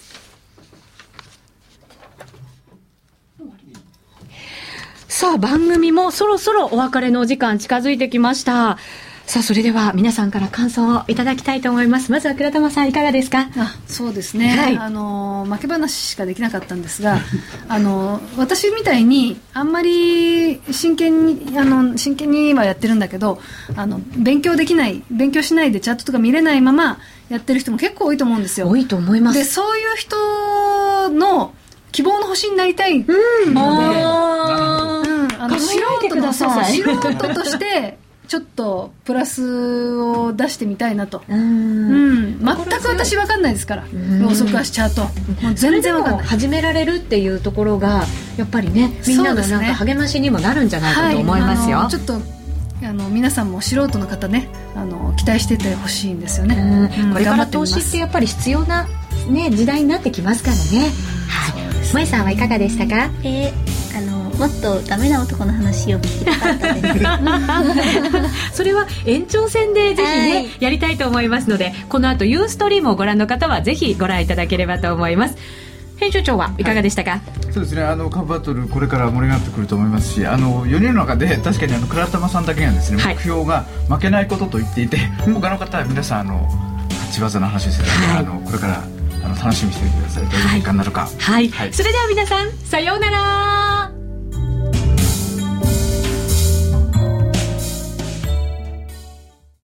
A: さあ、番組もそろそろお別れのお時間近づいてきました。さあ、それでは皆さんから感想をいただきたいと思います。まずは倉玉さん、いかがですか
B: あそうですね、
A: はい
B: あの負け話しかできなかったんですが (laughs) あの私みたいにあんまり真剣にあの真剣にはやってるんだけどあの勉強できない勉強しないでチャットとか見れないままやってる人も結構多いと思うんですよ
A: 多いと思いま。
B: ですそういう人の希望の星になりたいので、うんあの
A: 考
B: 素
A: えて
B: 人
A: くだ
B: のそう
A: さい
B: 素人としてちょっとプラスを出してみたいなと
A: うーん。
B: うん、全く私分かんないですからロウソク足チャートもう全然分かんない
A: 始められるっていうところが、やっぱりね、みんなの
B: そうです
A: なん
B: ね
A: か励ましにもなるんじゃないか
B: は
A: と思いますよ。
B: あのちょっとあの皆さんも素人の方ねあの期待しててほしいんですよね、
A: う
B: うんん
A: これか
B: 頑張
A: ら
B: ってみ
A: 投
B: ます
A: 資ってやっぱり必要な、ね、時代になってきますからね。はい。萌さんはいかがでしたか
C: えーあのもっとダメな男の話を聞きたかったです
A: (laughs) それは延長戦でぜひね、
C: はい
A: やりたいと思いますのでこの後ユーストリームをご覧の方はぜひご覧いただければと思います編集長はいかがでしたか、
E: そうですねあのカブバトルこれから盛り上がってくると思いますしあの4人の中で確かにあの倉玉さんだけがですね、
A: はい
E: 目標が負けないことと言っていて他の方は皆さんあの勝ち技の話をしてたので、
A: はい
E: あのこれからあの楽しみにしていてくださいどういう結果になるか、
A: はい、
E: はい
A: それでは皆さんさようなら